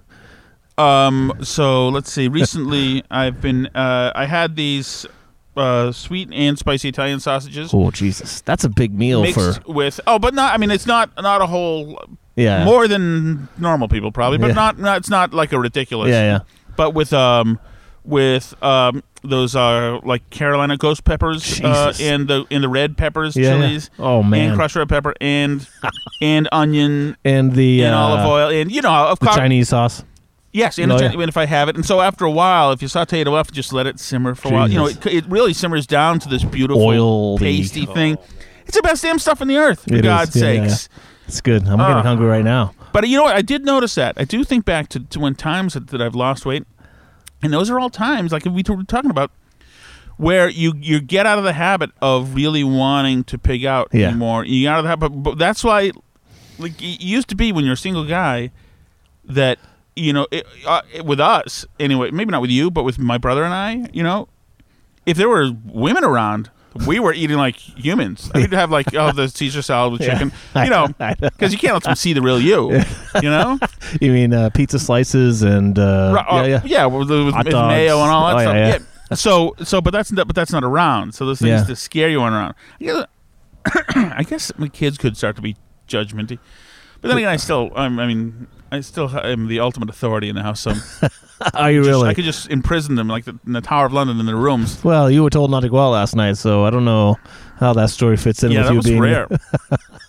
[SPEAKER 1] um, so let's see. Recently, I've been uh, I had these uh, sweet and spicy Italian sausages
[SPEAKER 2] Oh Jesus, that's a big meal for
[SPEAKER 1] mixed with oh, but not. I mean, it's not not a whole
[SPEAKER 2] yeah
[SPEAKER 1] more than normal people probably, but
[SPEAKER 2] Yeah.
[SPEAKER 1] not, not. It's not like a ridiculous.
[SPEAKER 2] yeah yeah
[SPEAKER 1] but with um with um, those uh, like Carolina ghost peppers uh,
[SPEAKER 2] Jesus.
[SPEAKER 1] and the and the red peppers,
[SPEAKER 2] Yeah.
[SPEAKER 1] chilies,
[SPEAKER 2] Oh man.
[SPEAKER 1] and crushed red pepper, and and onion
[SPEAKER 2] And the
[SPEAKER 1] and
[SPEAKER 2] uh,
[SPEAKER 1] olive oil, and you know of
[SPEAKER 2] the
[SPEAKER 1] course,
[SPEAKER 2] Chinese sauce.
[SPEAKER 1] yes, and,
[SPEAKER 2] Oh,
[SPEAKER 1] the
[SPEAKER 2] yeah.
[SPEAKER 1] Chinese- and if I have it, and so after a while, if you saute it enough, just let it simmer for a while. You know, it,
[SPEAKER 2] Jesus.
[SPEAKER 1] it really simmers down to this beautiful
[SPEAKER 2] Oily.
[SPEAKER 1] pasty thing. It's the best damn stuff in the earth, for
[SPEAKER 2] It is.
[SPEAKER 1] God's
[SPEAKER 2] Yeah, yeah,
[SPEAKER 1] sakes.
[SPEAKER 2] It's good. I'm
[SPEAKER 1] Ah.
[SPEAKER 2] getting hungry right now.
[SPEAKER 1] But you know what? I did notice that. I do think back to, to when times that, that I've lost weight, and those are all times like we were talking about, where you you get out of the habit of really wanting to pig out
[SPEAKER 2] Yeah.
[SPEAKER 1] anymore. You get out of the habit, but, but that's why, like it used to be when you're a single guy, that you know, it, uh, it- with us anyway, maybe not with you, but with my brother and I, you know, if there were women around. We were eating like humans. I would have like oh the Caesar salad with
[SPEAKER 2] Yeah.
[SPEAKER 1] chicken, you know, because you can't let them see the real you. You know,
[SPEAKER 2] You mean uh, pizza slices and uh,
[SPEAKER 1] Right, uh,
[SPEAKER 2] yeah, yeah.
[SPEAKER 1] with, with,
[SPEAKER 2] Hot
[SPEAKER 1] with
[SPEAKER 2] dogs.
[SPEAKER 1] mayo and all that
[SPEAKER 2] Oh, yeah,
[SPEAKER 1] stuff.
[SPEAKER 2] yeah.
[SPEAKER 1] So, so, but that's not, but that's not around. So those things
[SPEAKER 2] Yeah.
[SPEAKER 1] to scare you aren't around. I guess, I guess my kids could start to be judgmenty, but then again, I still, I'm, I mean, I still am the ultimate authority in the house. So I'm just-
[SPEAKER 2] Are you really?
[SPEAKER 1] I could just imprison them like the, in the Tower of London in their rooms.
[SPEAKER 2] well, you were told not to go out last night, so I don't know how that story fits in
[SPEAKER 1] yeah,
[SPEAKER 2] with
[SPEAKER 1] that
[SPEAKER 2] you
[SPEAKER 1] was
[SPEAKER 2] being.
[SPEAKER 1] rare.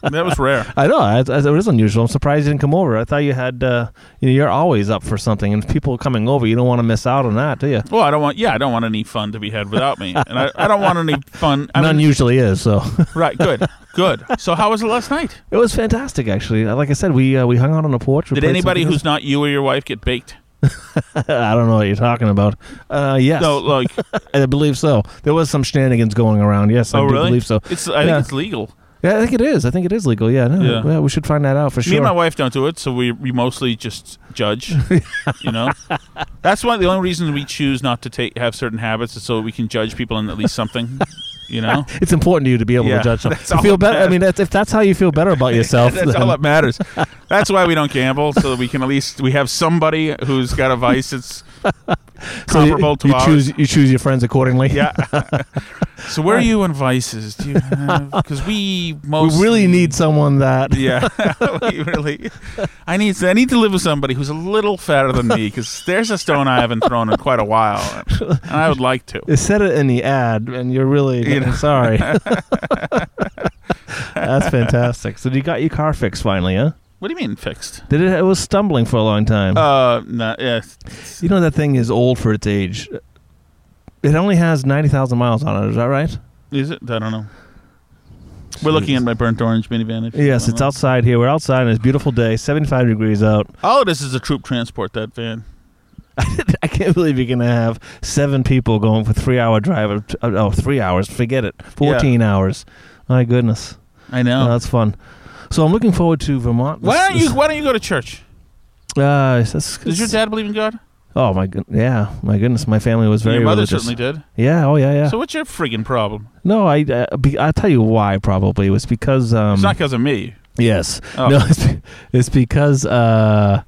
[SPEAKER 1] that was rare.
[SPEAKER 2] I know I, I, it is unusual. I'm surprised you didn't come over. I thought you had. Uh, you know, you're always up for something, and people coming over, you don't want to miss out on that, do you?
[SPEAKER 1] Well, I don't want. Yeah, I don't want any fun to be had without me, and I, I don't want any fun. I
[SPEAKER 2] None
[SPEAKER 1] mean,
[SPEAKER 2] usually is. So
[SPEAKER 1] right. Good. Good. So, how was it last night?
[SPEAKER 2] it was fantastic, actually. Uh, Like I said, we uh, we hung out on the porch. we
[SPEAKER 1] Did
[SPEAKER 2] played some
[SPEAKER 1] anybody
[SPEAKER 2] video-
[SPEAKER 1] who's not you or your wife get baked?
[SPEAKER 2] I don't know what you're talking about. Uh, yes,
[SPEAKER 1] No, like
[SPEAKER 2] I believe so. There was some shenanigans going around. Yes, I
[SPEAKER 1] oh
[SPEAKER 2] do
[SPEAKER 1] really?
[SPEAKER 2] believe so.
[SPEAKER 1] It's I
[SPEAKER 2] Yeah.
[SPEAKER 1] think it's legal.
[SPEAKER 2] Yeah, I think it is. I think it is legal. Yeah, no,
[SPEAKER 1] Yeah.
[SPEAKER 2] yeah. we should find that out for sure.
[SPEAKER 1] Me and my wife don't do it, so we we mostly just judge. you know, that's one of the only reasons we choose not to take have certain habits is so we can judge people in at least something. You know,
[SPEAKER 2] it's important to you to be able
[SPEAKER 1] Yeah,
[SPEAKER 2] to judge them.
[SPEAKER 1] that's
[SPEAKER 2] To
[SPEAKER 1] all
[SPEAKER 2] feel
[SPEAKER 1] that
[SPEAKER 2] better. I
[SPEAKER 1] matters.
[SPEAKER 2] mean, that's, if that's how you feel better about yourself,
[SPEAKER 1] that's
[SPEAKER 2] then-
[SPEAKER 1] all that matters. That's why we don't gamble, so that we can at least we have somebody who's got a vice that's
[SPEAKER 2] so you,
[SPEAKER 1] comparable to
[SPEAKER 2] you
[SPEAKER 1] ours.
[SPEAKER 2] choose you choose your friends accordingly.
[SPEAKER 1] Yeah. so where are you on vices? Do you have? Because we
[SPEAKER 2] we
[SPEAKER 1] mostly
[SPEAKER 2] really need someone that.
[SPEAKER 1] Yeah, we really. I need I need to live with somebody who's a little fatter than me because there's a stone I haven't thrown in quite a while, and I would like to.
[SPEAKER 2] It said it in the ad, and you're really
[SPEAKER 1] You know.
[SPEAKER 2] sorry. That's fantastic. So you got your car fixed finally, huh?
[SPEAKER 1] What do you mean fixed?
[SPEAKER 2] Did it? It was stumbling for a long time.
[SPEAKER 1] Uh, no, yeah,
[SPEAKER 2] you know that thing is old for its age. It only has ninety thousand miles on it. Is that right?
[SPEAKER 1] is it? I don't know. We're looking at my burnt orange minivan. If you
[SPEAKER 2] Yes,
[SPEAKER 1] don't
[SPEAKER 2] it's
[SPEAKER 1] know.
[SPEAKER 2] outside here. We're outside, and it's a beautiful day. Seventy-five degrees out.
[SPEAKER 1] All of Oh, this is a troop transport. That van.
[SPEAKER 2] I can't believe you're gonna have seven people going for three-hour drive. of- Oh, three hours. Forget it. Fourteen hours. My goodness,
[SPEAKER 1] I know.
[SPEAKER 2] Uh, that's fun. So I'm looking forward to Vermont.
[SPEAKER 1] Oh. why don't
[SPEAKER 2] This-
[SPEAKER 1] you Why don't you go to church?
[SPEAKER 2] this- Uh, it's- it's-
[SPEAKER 1] Does your dad believe in God?
[SPEAKER 2] Oh my good. Yeah, my goodness. My family was very
[SPEAKER 1] your mother
[SPEAKER 2] religious.
[SPEAKER 1] certainly did.
[SPEAKER 2] Yeah. Oh yeah. Yeah.
[SPEAKER 1] So what's your friggin' problem?
[SPEAKER 2] no, I. Uh, be, I'll tell you why. Probably it was because. Um,
[SPEAKER 1] it's not because of me.
[SPEAKER 2] yes.
[SPEAKER 1] Oh.
[SPEAKER 2] No. It's, be- it's because uh,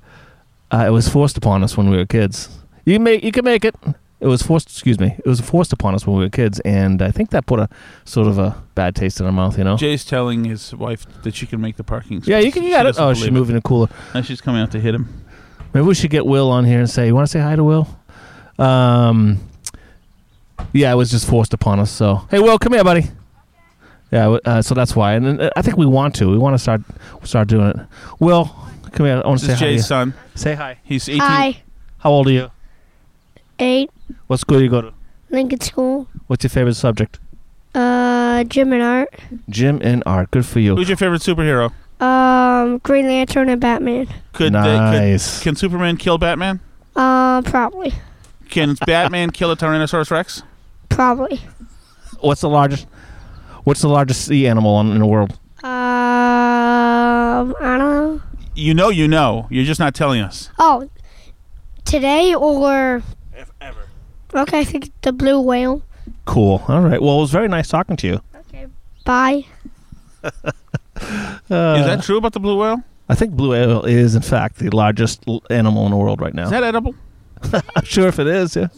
[SPEAKER 2] uh, it was forced upon us when we were kids. You make. You can make it. It was forced. Excuse me. It was forced upon us when we were kids, and I think that put a sort of a bad taste in our mouth. You know.
[SPEAKER 1] Jay's telling his wife that she can make the parking.
[SPEAKER 2] yeah, you
[SPEAKER 1] space.
[SPEAKER 2] can. You got it.
[SPEAKER 1] doesn't
[SPEAKER 2] Oh, she's
[SPEAKER 1] believe
[SPEAKER 2] moving a cooler.
[SPEAKER 1] Now she's coming out to hit him.
[SPEAKER 2] Maybe we should get Will on here and say, "You want to say hi to Will?" Um, yeah, it was just forced upon us. So, hey, Will, come here, buddy. Yeah, w- uh, so that's why, and then, uh, I think we want to. We want to start start doing it. Will, come here. I want to
[SPEAKER 1] This is
[SPEAKER 2] say hi. To you.
[SPEAKER 1] Jay's son.
[SPEAKER 2] Say hi.
[SPEAKER 1] He's 18.
[SPEAKER 3] Hi,
[SPEAKER 2] How old are you?
[SPEAKER 3] eight
[SPEAKER 2] What school do you go to?
[SPEAKER 3] Lincoln School.
[SPEAKER 2] What's your favorite subject?
[SPEAKER 3] Uh, Jim and Art.
[SPEAKER 2] Gym and art. Good for you.
[SPEAKER 1] Who's your favorite superhero?
[SPEAKER 3] Um, Green Lantern and Batman.
[SPEAKER 1] Could, they,
[SPEAKER 2] nice.
[SPEAKER 1] could can Superman kill Batman?
[SPEAKER 3] Uh, probably,
[SPEAKER 1] Can Batman kill a Tyrannosaurus Rex?
[SPEAKER 3] probably.
[SPEAKER 2] what's the largest? What's the largest sea animal on, in the world?
[SPEAKER 3] Um, I don't know.
[SPEAKER 1] You know, you know. You're just not telling us.
[SPEAKER 3] Oh, today or ever. Okay, I think the blue whale.
[SPEAKER 2] Cool. All right. Well, it was very nice talking to you.
[SPEAKER 3] Okay, bye.
[SPEAKER 2] Uh,
[SPEAKER 1] is that true about the blue whale?
[SPEAKER 2] I think blue whale is, in fact, the largest l- animal in the world right now.
[SPEAKER 1] Is that edible?
[SPEAKER 2] I'm sure if it is, yeah.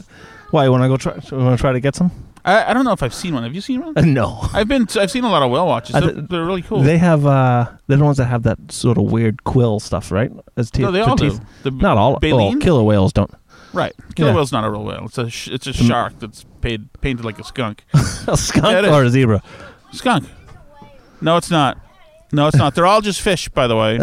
[SPEAKER 2] Why? You want to go try? You want to try to get some?
[SPEAKER 1] I, I don't know if I've seen one. Have you seen one?
[SPEAKER 2] Uh, no.
[SPEAKER 1] I've been. I've seen a lot of whale watches.
[SPEAKER 2] I
[SPEAKER 1] They're,
[SPEAKER 2] th-
[SPEAKER 1] they're really cool.
[SPEAKER 2] They have. uh They're the ones that have that sort of weird quill stuff, right? As teeth.
[SPEAKER 1] no, they
[SPEAKER 2] for
[SPEAKER 1] all do.
[SPEAKER 2] teeth.
[SPEAKER 1] The,
[SPEAKER 2] Not all.
[SPEAKER 1] baleen?
[SPEAKER 2] Oh, killer whales don't.
[SPEAKER 1] Right. Killer
[SPEAKER 2] Yeah. Mm.
[SPEAKER 1] whale's not a real whale. It's a sh- it's a shark that's paid, painted like a skunk.
[SPEAKER 2] a skunk
[SPEAKER 1] it is.
[SPEAKER 2] or a zebra.
[SPEAKER 1] Skunk. No, it's not. No, it's not. They're all just fish, by the way.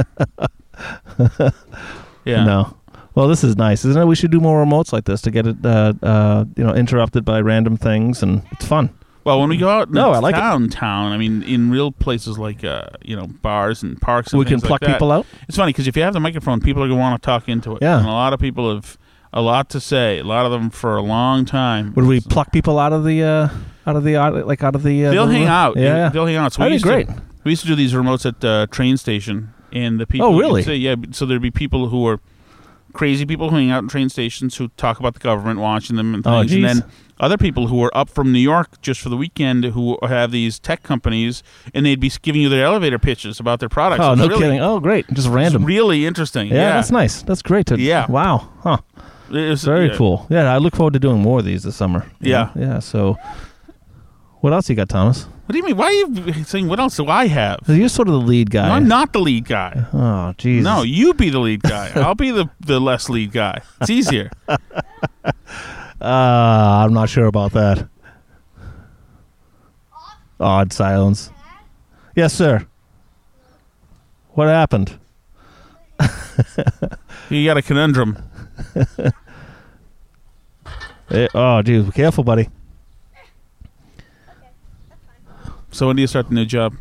[SPEAKER 1] Yeah.
[SPEAKER 2] No. Well, this is nice, isn't it? We should do more remotes like this to get it, uh, uh, you know, interrupted by random things, and it's fun.
[SPEAKER 1] Well, when we go out in
[SPEAKER 2] No, I like it.
[SPEAKER 1] downtown, I mean, in real places like uh, you know bars and parks, and
[SPEAKER 2] we can
[SPEAKER 1] things like
[SPEAKER 2] pluck
[SPEAKER 1] that,
[SPEAKER 2] people out.
[SPEAKER 1] It's funny because if you have the microphone, people are going to want to talk into it.
[SPEAKER 2] Yeah.
[SPEAKER 1] And a lot of people have a lot to say. A lot of them for a long time.
[SPEAKER 2] Would we pluck people out of the, uh, out of the, out- like out of the? Uh,
[SPEAKER 1] They'll
[SPEAKER 2] the-
[SPEAKER 1] hang out.
[SPEAKER 2] Yeah, yeah.
[SPEAKER 1] They'll hang out. So we
[SPEAKER 2] That'd be
[SPEAKER 1] used
[SPEAKER 2] great.
[SPEAKER 1] To, we used to do these remotes at uh, train station, and the people.
[SPEAKER 2] Oh, really?
[SPEAKER 1] Say, yeah. So there'd be people who were crazy people who hang out in train stations who talk about the government watching them and
[SPEAKER 2] Oh,
[SPEAKER 1] things,
[SPEAKER 2] geez.
[SPEAKER 1] and then other people who were up from New York just for the weekend who have these tech companies, and they'd be giving you their elevator pitches about their products.
[SPEAKER 2] Oh
[SPEAKER 1] It's
[SPEAKER 2] no,
[SPEAKER 1] really,
[SPEAKER 2] kidding! Oh great, just
[SPEAKER 1] It's
[SPEAKER 2] random.
[SPEAKER 1] really interesting.
[SPEAKER 2] yeah, that's nice. That's great. To,
[SPEAKER 1] Yeah.
[SPEAKER 2] Wow. Huh.
[SPEAKER 1] It was-
[SPEAKER 2] Very
[SPEAKER 1] yeah.
[SPEAKER 2] cool. Yeah, I look forward to doing more of these this summer.
[SPEAKER 1] Yeah.
[SPEAKER 2] Yeah. So, what else you got, Thomas?
[SPEAKER 1] What do you mean? Why are you saying what else do I have?
[SPEAKER 2] You're sort of the lead guy.
[SPEAKER 1] No, I'm not the lead guy.
[SPEAKER 2] Oh, Jesus.
[SPEAKER 1] No, you be the lead guy. I'll be the, the less lead guy. It's easier.
[SPEAKER 2] Uh, I'm not sure about that. Odd silence. Yes, sir. What happened?
[SPEAKER 1] You got a conundrum.
[SPEAKER 2] Eh, oh, dude, be careful, buddy.
[SPEAKER 1] So when do you start the new job?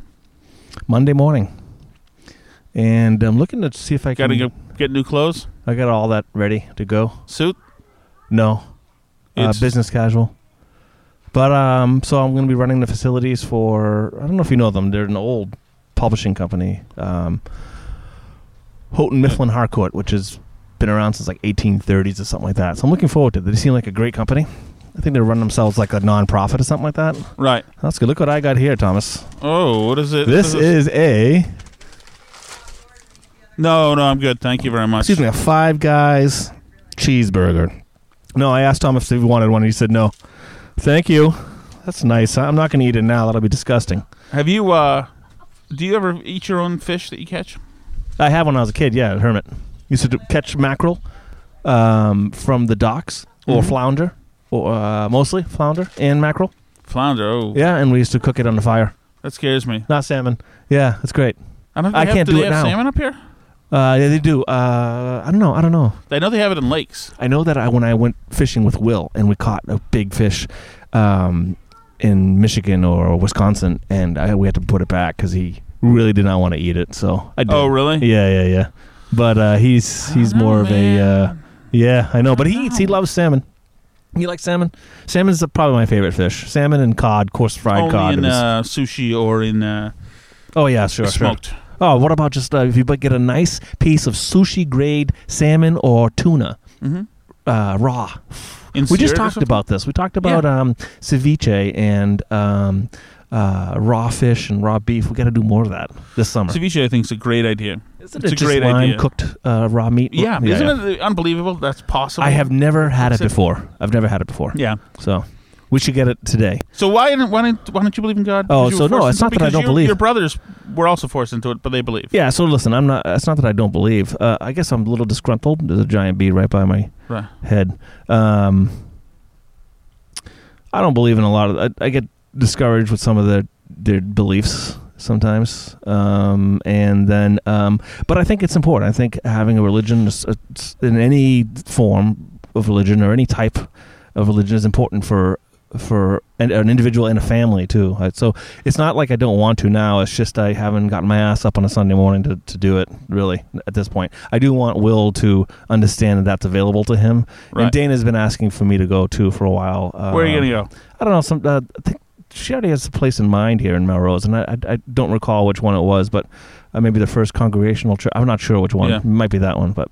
[SPEAKER 2] Monday morning. And I'm looking to see if I
[SPEAKER 1] Got
[SPEAKER 2] can.
[SPEAKER 1] to go get new clothes,
[SPEAKER 2] I got all that ready to go.
[SPEAKER 1] suit.
[SPEAKER 2] No, uh,
[SPEAKER 1] It's-
[SPEAKER 2] business casual. But um, so I'm going to be running the facilities for I don't know if you know them. They're an old publishing company, um, Houghton Mifflin Harcourt, which has been around since like 1830s or something like that. So I'm looking forward to it. They seem like a great company. I think they run themselves like a nonprofit or something like that.
[SPEAKER 1] Right.
[SPEAKER 2] That's good. Look what I got here, Thomas.
[SPEAKER 1] Oh, what is it?
[SPEAKER 2] This is a
[SPEAKER 1] No, no, I'm good. Thank you very much.
[SPEAKER 2] excuse me a Five Guys cheeseburger. No, I asked Tom if he wanted one. and He said no. Thank you. That's nice. I'm not going to eat it now. That'll be disgusting.
[SPEAKER 1] Have you? uh Do you ever eat your own fish that you catch?
[SPEAKER 2] I had when I was a kid. Yeah, at Hermit. Used to do- catch mackerel um, from the docks or
[SPEAKER 1] Mhm.
[SPEAKER 2] flounder, or uh, mostly flounder and mackerel.
[SPEAKER 1] Flounder. Oh,
[SPEAKER 2] Yeah, and we used to cook it on the fire.
[SPEAKER 1] that scares me.
[SPEAKER 2] Not salmon. Yeah, that's great.
[SPEAKER 1] I don't. think
[SPEAKER 2] I
[SPEAKER 1] they have,
[SPEAKER 2] can't
[SPEAKER 1] do
[SPEAKER 2] do
[SPEAKER 1] they
[SPEAKER 2] it
[SPEAKER 1] have
[SPEAKER 2] now.
[SPEAKER 1] Salmon up here?
[SPEAKER 2] Uh, yeah, they do. Uh, I don't know. I don't know.
[SPEAKER 1] I know they have it in lakes.
[SPEAKER 2] I know that I when I went fishing with Will and we caught a big fish um, in Michigan or Wisconsin, and I, we had to put it back because he really did not want to eat it. So I did.
[SPEAKER 1] Oh, really?
[SPEAKER 2] Yeah, yeah, yeah. But uh, he's he's
[SPEAKER 1] I don't
[SPEAKER 2] more
[SPEAKER 1] know,
[SPEAKER 2] of a uh,
[SPEAKER 1] man.
[SPEAKER 2] yeah. I know, but
[SPEAKER 1] I
[SPEAKER 2] he eats. He
[SPEAKER 1] know.
[SPEAKER 2] loves salmon. You like salmon? Salmon's the, probably my favorite fish. Salmon and cod, coarse fried cod.
[SPEAKER 1] only in
[SPEAKER 2] is-
[SPEAKER 1] uh, sushi or in uh,
[SPEAKER 2] oh yeah, sure, sure.
[SPEAKER 1] smoked.
[SPEAKER 2] Oh, what about just uh, if you but get a nice piece of sushi grade salmon or tuna
[SPEAKER 1] Mm-hmm.
[SPEAKER 2] uh, raw?
[SPEAKER 1] In
[SPEAKER 2] we
[SPEAKER 1] seared or
[SPEAKER 2] just talked
[SPEAKER 1] something?
[SPEAKER 2] about this. We talked about um, ceviche and um, uh, raw fish and raw beef. We got to do more of that this summer.
[SPEAKER 1] ceviche. I think is a great idea.
[SPEAKER 2] Isn't
[SPEAKER 1] it's
[SPEAKER 2] it
[SPEAKER 1] a
[SPEAKER 2] just
[SPEAKER 1] great
[SPEAKER 2] lime
[SPEAKER 1] idea.
[SPEAKER 2] cooked uh, raw meat?
[SPEAKER 1] Yeah, isn't
[SPEAKER 2] yeah.
[SPEAKER 1] it unbelievable? That's possible.
[SPEAKER 2] I have never had it
[SPEAKER 1] Except-
[SPEAKER 2] before. I've never had it before.
[SPEAKER 1] Yeah.
[SPEAKER 2] So we should get it today.
[SPEAKER 1] So why didn't why didn't why don't you believe in God?
[SPEAKER 2] Oh,
[SPEAKER 1] Because you
[SPEAKER 2] so
[SPEAKER 1] were
[SPEAKER 2] no,
[SPEAKER 1] forced
[SPEAKER 2] it's
[SPEAKER 1] into
[SPEAKER 2] not that I
[SPEAKER 1] because
[SPEAKER 2] don't
[SPEAKER 1] your-
[SPEAKER 2] believe.
[SPEAKER 1] Your brothers were also forced into it, but they believe.
[SPEAKER 2] Yeah. So listen, I'm not. It's not that I don't believe. Uh, I guess I'm a little disgruntled. There's a giant bee right by my
[SPEAKER 1] Right.
[SPEAKER 2] head. Um, I don't believe in a lot of. I, I get discouraged with some of their their beliefs sometimes, um, and then. Um, but I think it's important. I think having a religion is- it's- in any form of religion or any type of religion is important for for an, an individual and a family too. Right? So it's not like I don't want to now. It's just I haven't gotten my ass up on a Sunday morning to, to do it. Really, at this point, I do want Will to understand that that's available to him.
[SPEAKER 1] Right.
[SPEAKER 2] And Dana's been asking for me to go too for a while. Um,
[SPEAKER 1] Where are you gonna go?
[SPEAKER 2] I don't know. Some uh, I think she already has a place in mind here in Melrose, and I, I, I don't recall which one it was, but uh, maybe the first congregational church. I'm not sure which one.
[SPEAKER 1] Yeah.
[SPEAKER 2] It might be that one, but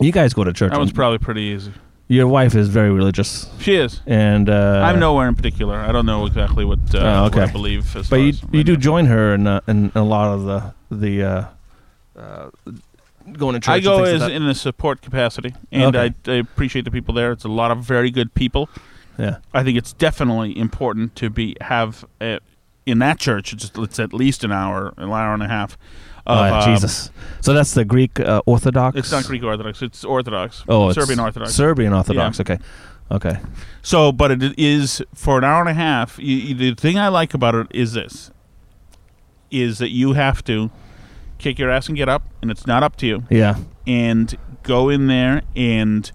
[SPEAKER 2] you guys go to church.
[SPEAKER 1] That one's
[SPEAKER 2] and
[SPEAKER 1] probably pretty easy.
[SPEAKER 2] your wife is very religious,
[SPEAKER 1] She is.
[SPEAKER 2] and uh,
[SPEAKER 1] I'm nowhere in particular. I don't know exactly what, uh,
[SPEAKER 2] Oh,
[SPEAKER 1] what I
[SPEAKER 2] okay.
[SPEAKER 1] believe. As
[SPEAKER 2] But
[SPEAKER 1] far
[SPEAKER 2] you,
[SPEAKER 1] as
[SPEAKER 2] you do join her in, uh, in a lot of the the uh, uh, going to church.
[SPEAKER 1] I
[SPEAKER 2] and
[SPEAKER 1] go
[SPEAKER 2] things
[SPEAKER 1] as
[SPEAKER 2] like
[SPEAKER 1] in a support capacity, and
[SPEAKER 2] Okay.
[SPEAKER 1] I, I appreciate the people there. It's a lot of very good people.
[SPEAKER 2] that.
[SPEAKER 1] I think it's definitely important to be have a, in that church, it's, just, it's at least an hour, an hour and a half.
[SPEAKER 2] Oh,
[SPEAKER 1] of,
[SPEAKER 2] yeah,
[SPEAKER 1] um,
[SPEAKER 2] Jesus. So that's the Greek uh, Orthodox.
[SPEAKER 1] It's not Greek Orthodox. It's Orthodox.
[SPEAKER 2] Oh, it's
[SPEAKER 1] Serbian Orthodox.
[SPEAKER 2] Serbian Orthodox. Okay, okay.
[SPEAKER 1] so, but it is for an hour and a half. You, you, the thing I like about it is this: is that you have to kick your ass and get up, and it's not up to you.
[SPEAKER 2] Yeah,
[SPEAKER 1] and go in there and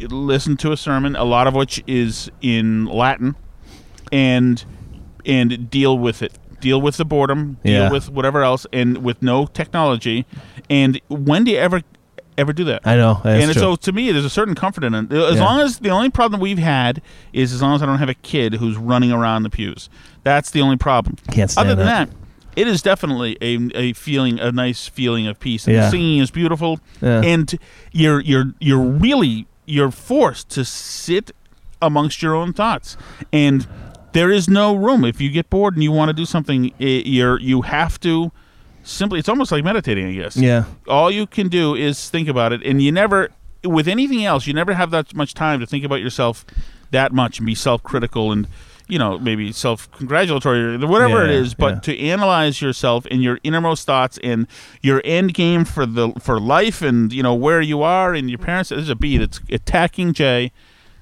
[SPEAKER 1] listen to a sermon, a lot of which is in Latin, and and deal with it. Deal with the boredom. Deal
[SPEAKER 2] Yeah.
[SPEAKER 1] with whatever else, and with no technology. And when do you ever ever do that?
[SPEAKER 2] I know. That's
[SPEAKER 1] and
[SPEAKER 2] true.
[SPEAKER 1] so to me, there's a certain comfort in it. As
[SPEAKER 2] Yeah.
[SPEAKER 1] long as the only problem we've had is as long as I don't have a kid who's running around the pews. That's the only problem.
[SPEAKER 2] Can't stand
[SPEAKER 1] Other than that, it is definitely a, a feeling, a nice feeling of peace. And
[SPEAKER 2] Yeah.
[SPEAKER 1] the singing is beautiful,
[SPEAKER 2] Yeah.
[SPEAKER 1] and you're you're you're really you're forced to sit amongst your own thoughts, and there is no room if you get bored and you want to do something. i you're you have to simply. It's almost like meditating, I guess
[SPEAKER 2] Yeah,
[SPEAKER 1] all you can do is think about it and you never with anything else you never have that much time to think about yourself that much and be self-critical and you know maybe self-congratulatory or whatever it
[SPEAKER 2] Yeah,
[SPEAKER 1] is but
[SPEAKER 2] yeah.
[SPEAKER 1] to analyze yourself and your innermost thoughts and your end game for the for life and you know where you are and your parents there's a bee that's attacking jay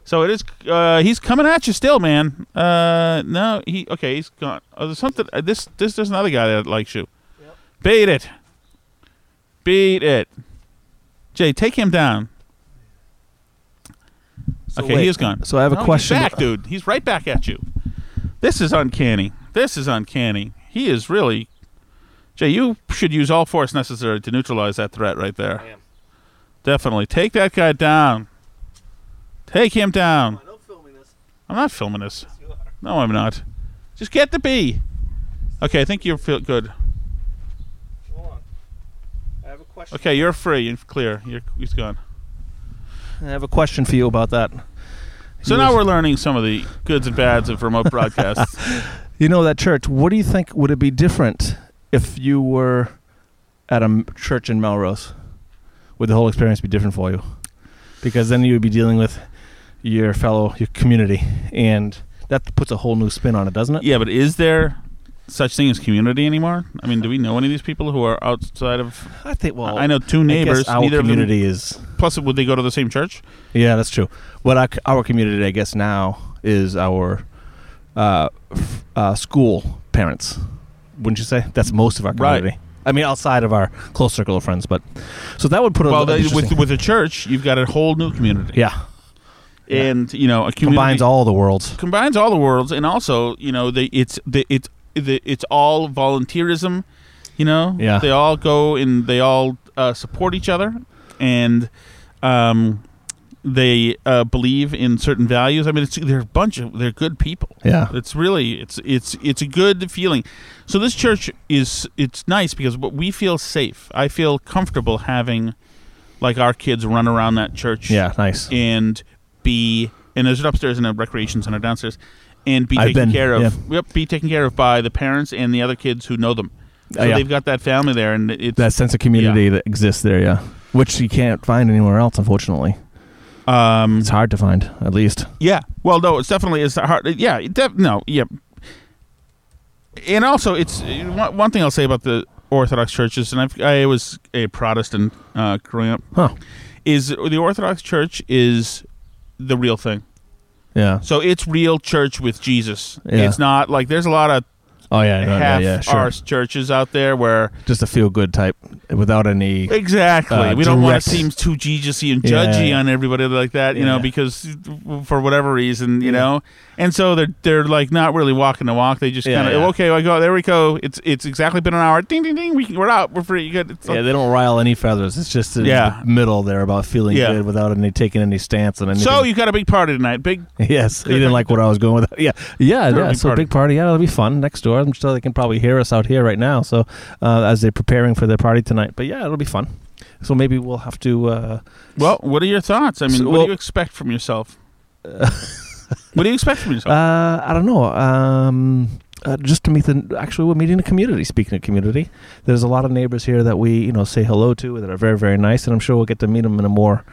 [SPEAKER 1] so it is uh, he's coming at you still man uh no he okay he's gone oh there's something uh, this this there's another guy that likes you beat it Beat it. Jay, take him down. okay,
[SPEAKER 2] wait,
[SPEAKER 1] he is gone.
[SPEAKER 2] so I have a
[SPEAKER 1] No, he's
[SPEAKER 2] question.
[SPEAKER 1] back, dude. He's right back at you. This is uncanny. This is uncanny. He is really. Jay, you should use all force necessary to neutralize that threat right there.
[SPEAKER 4] am.
[SPEAKER 1] Definitely. Take that guy down. Take him down.
[SPEAKER 4] on, don't film me this.
[SPEAKER 1] I'm not filming this.
[SPEAKER 4] You are.
[SPEAKER 1] No, I'm not. Just get the bee. Okay, I think you feel good.
[SPEAKER 4] Hold on. I have a question.
[SPEAKER 1] Okay, you're free and clear. You're, he's gone.
[SPEAKER 2] I have a question for you about that.
[SPEAKER 1] So now we're learning some of the goods and bads of remote broadcasts.
[SPEAKER 2] You know that church. What do you think would it be different if you were at a m- church in Melrose? Would the whole experience be different for you? Because then you would be dealing with your fellow, your community, and that puts a whole new spin on it, doesn't it?
[SPEAKER 1] yeah, but is there such thing as community anymore? I mean, do we know any of these people who are outside of?
[SPEAKER 2] I think. Well,
[SPEAKER 1] I know two
[SPEAKER 2] I
[SPEAKER 1] neighbors.
[SPEAKER 2] guess our
[SPEAKER 1] neither Of
[SPEAKER 2] community is.
[SPEAKER 1] them, plus, would they go to the same church?
[SPEAKER 2] Yeah, that's true. What our, our community, I guess, now is our uh, f- uh, school parents. Wouldn't you say that's most of our
[SPEAKER 1] Right.
[SPEAKER 2] community? I mean, outside of our close circle of friends, but so that would put a
[SPEAKER 1] Well,
[SPEAKER 2] little
[SPEAKER 1] they, with
[SPEAKER 2] interesting-
[SPEAKER 1] with a church, you've got a whole new community.
[SPEAKER 2] yeah
[SPEAKER 1] and you know, a community
[SPEAKER 2] combines all the worlds.
[SPEAKER 1] combines all the worlds, and also you know, they it's the it's the, it's all volunteerism. You know,
[SPEAKER 2] Yeah.
[SPEAKER 1] they all go and they all uh, support each other, and um, they uh, believe in certain values. I mean, it's, they're a bunch of they're good people.
[SPEAKER 2] Yeah,
[SPEAKER 1] It's really it's it's it's a good feeling. So this church is it's nice because what we feel safe. I feel comfortable having like our kids run around that church
[SPEAKER 2] yeah, nice.
[SPEAKER 1] and be and there's an upstairs and a recreation center downstairs and be
[SPEAKER 2] I've
[SPEAKER 1] taken
[SPEAKER 2] been,
[SPEAKER 1] care of
[SPEAKER 2] yeah.
[SPEAKER 1] yep, be taken care of by the parents and the other kids who know them. So
[SPEAKER 2] Uh, yeah.
[SPEAKER 1] they've got that family there and it's
[SPEAKER 2] That sense of community that exists there, yeah, which you can't find anywhere else. Unfortunately,
[SPEAKER 1] um
[SPEAKER 2] it's hard to find, at least.
[SPEAKER 1] Yeah. Well, no, it's definitely it's hard. Yeah. It def- no. Yeah. And also, it's one one thing I'll say about the Orthodox churches, and I've, I was a Protestant uh, growing up,
[SPEAKER 2] Huh?
[SPEAKER 1] is the Orthodox Church is the real thing.
[SPEAKER 2] Yeah.
[SPEAKER 1] So it's real church with Jesus.
[SPEAKER 2] Yeah.
[SPEAKER 1] It's not like there's a lot of
[SPEAKER 2] Oh yeah. no, no,
[SPEAKER 1] half
[SPEAKER 2] yeah. Sure.
[SPEAKER 1] arse churches out there where
[SPEAKER 2] Just a feel good type, without any.
[SPEAKER 1] exactly
[SPEAKER 2] Uh,
[SPEAKER 1] we don't want
[SPEAKER 2] direct-
[SPEAKER 1] to seem too Jesus-y and
[SPEAKER 2] Yeah, yeah,
[SPEAKER 1] judgy
[SPEAKER 2] yeah.
[SPEAKER 1] on everybody like that, you
[SPEAKER 2] Yeah,
[SPEAKER 1] know,
[SPEAKER 2] yeah.
[SPEAKER 1] because for whatever reason, you
[SPEAKER 2] Yeah.
[SPEAKER 1] know, and so they're they're like not really walking the walk. They just
[SPEAKER 2] Yeah,
[SPEAKER 1] kind of
[SPEAKER 2] yeah.
[SPEAKER 1] okay, I go there we go. It's it's exactly been an hour. Ding ding ding. We can, we're out. We're free. Good. It's like-
[SPEAKER 2] Yeah, they don't rile any feathers. It's just in
[SPEAKER 1] Yeah.
[SPEAKER 2] the middle there about feeling
[SPEAKER 1] Yeah.
[SPEAKER 2] good without any taking any stance on anything.
[SPEAKER 1] so you got a big party tonight. Big
[SPEAKER 2] yes, you didn't like what I was going with. Yeah, yeah,
[SPEAKER 1] Sure,
[SPEAKER 2] yeah.
[SPEAKER 1] big
[SPEAKER 2] So
[SPEAKER 1] party.
[SPEAKER 2] big party. Yeah, it'll be fun next door. I'm sure they can probably hear us out here right now. So uh, as they're preparing for their party tonight, but yeah, it'll be fun. So maybe we'll have to. Uh,
[SPEAKER 1] Well, what are your thoughts? I mean,
[SPEAKER 2] So-
[SPEAKER 1] what
[SPEAKER 2] well-
[SPEAKER 1] do you expect from yourself? what do you expect from yourself?
[SPEAKER 2] Uh, I don't know. Um, uh, just to meet the actually, we're meeting a community. Speaking of community, there's a lot of neighbors here that we you know say hello to that are very very nice, and I'm sure we'll get to meet them in a more.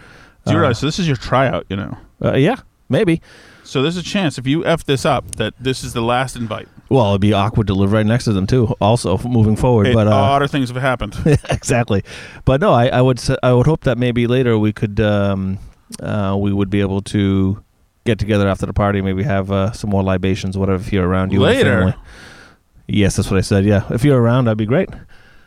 [SPEAKER 1] do you
[SPEAKER 2] uh,
[SPEAKER 1] realize this is your tryout? You know,
[SPEAKER 2] Uh, yeah, Maybe.
[SPEAKER 1] So there's a chance if you f this up that this is the last invite.
[SPEAKER 2] Well, it'd be awkward to live right next to them too. Also, moving forward,
[SPEAKER 1] It,
[SPEAKER 2] but uh,
[SPEAKER 1] odder things have happened.
[SPEAKER 2] exactly. But no, I, I would s- I would hope that maybe later we could um, uh, we would be able to get together after the party. Maybe have uh, some more libations, whatever. If you're around, you and
[SPEAKER 1] Later?
[SPEAKER 2] family. Yes, that's what I said. Yeah, if you're around, that'd be great.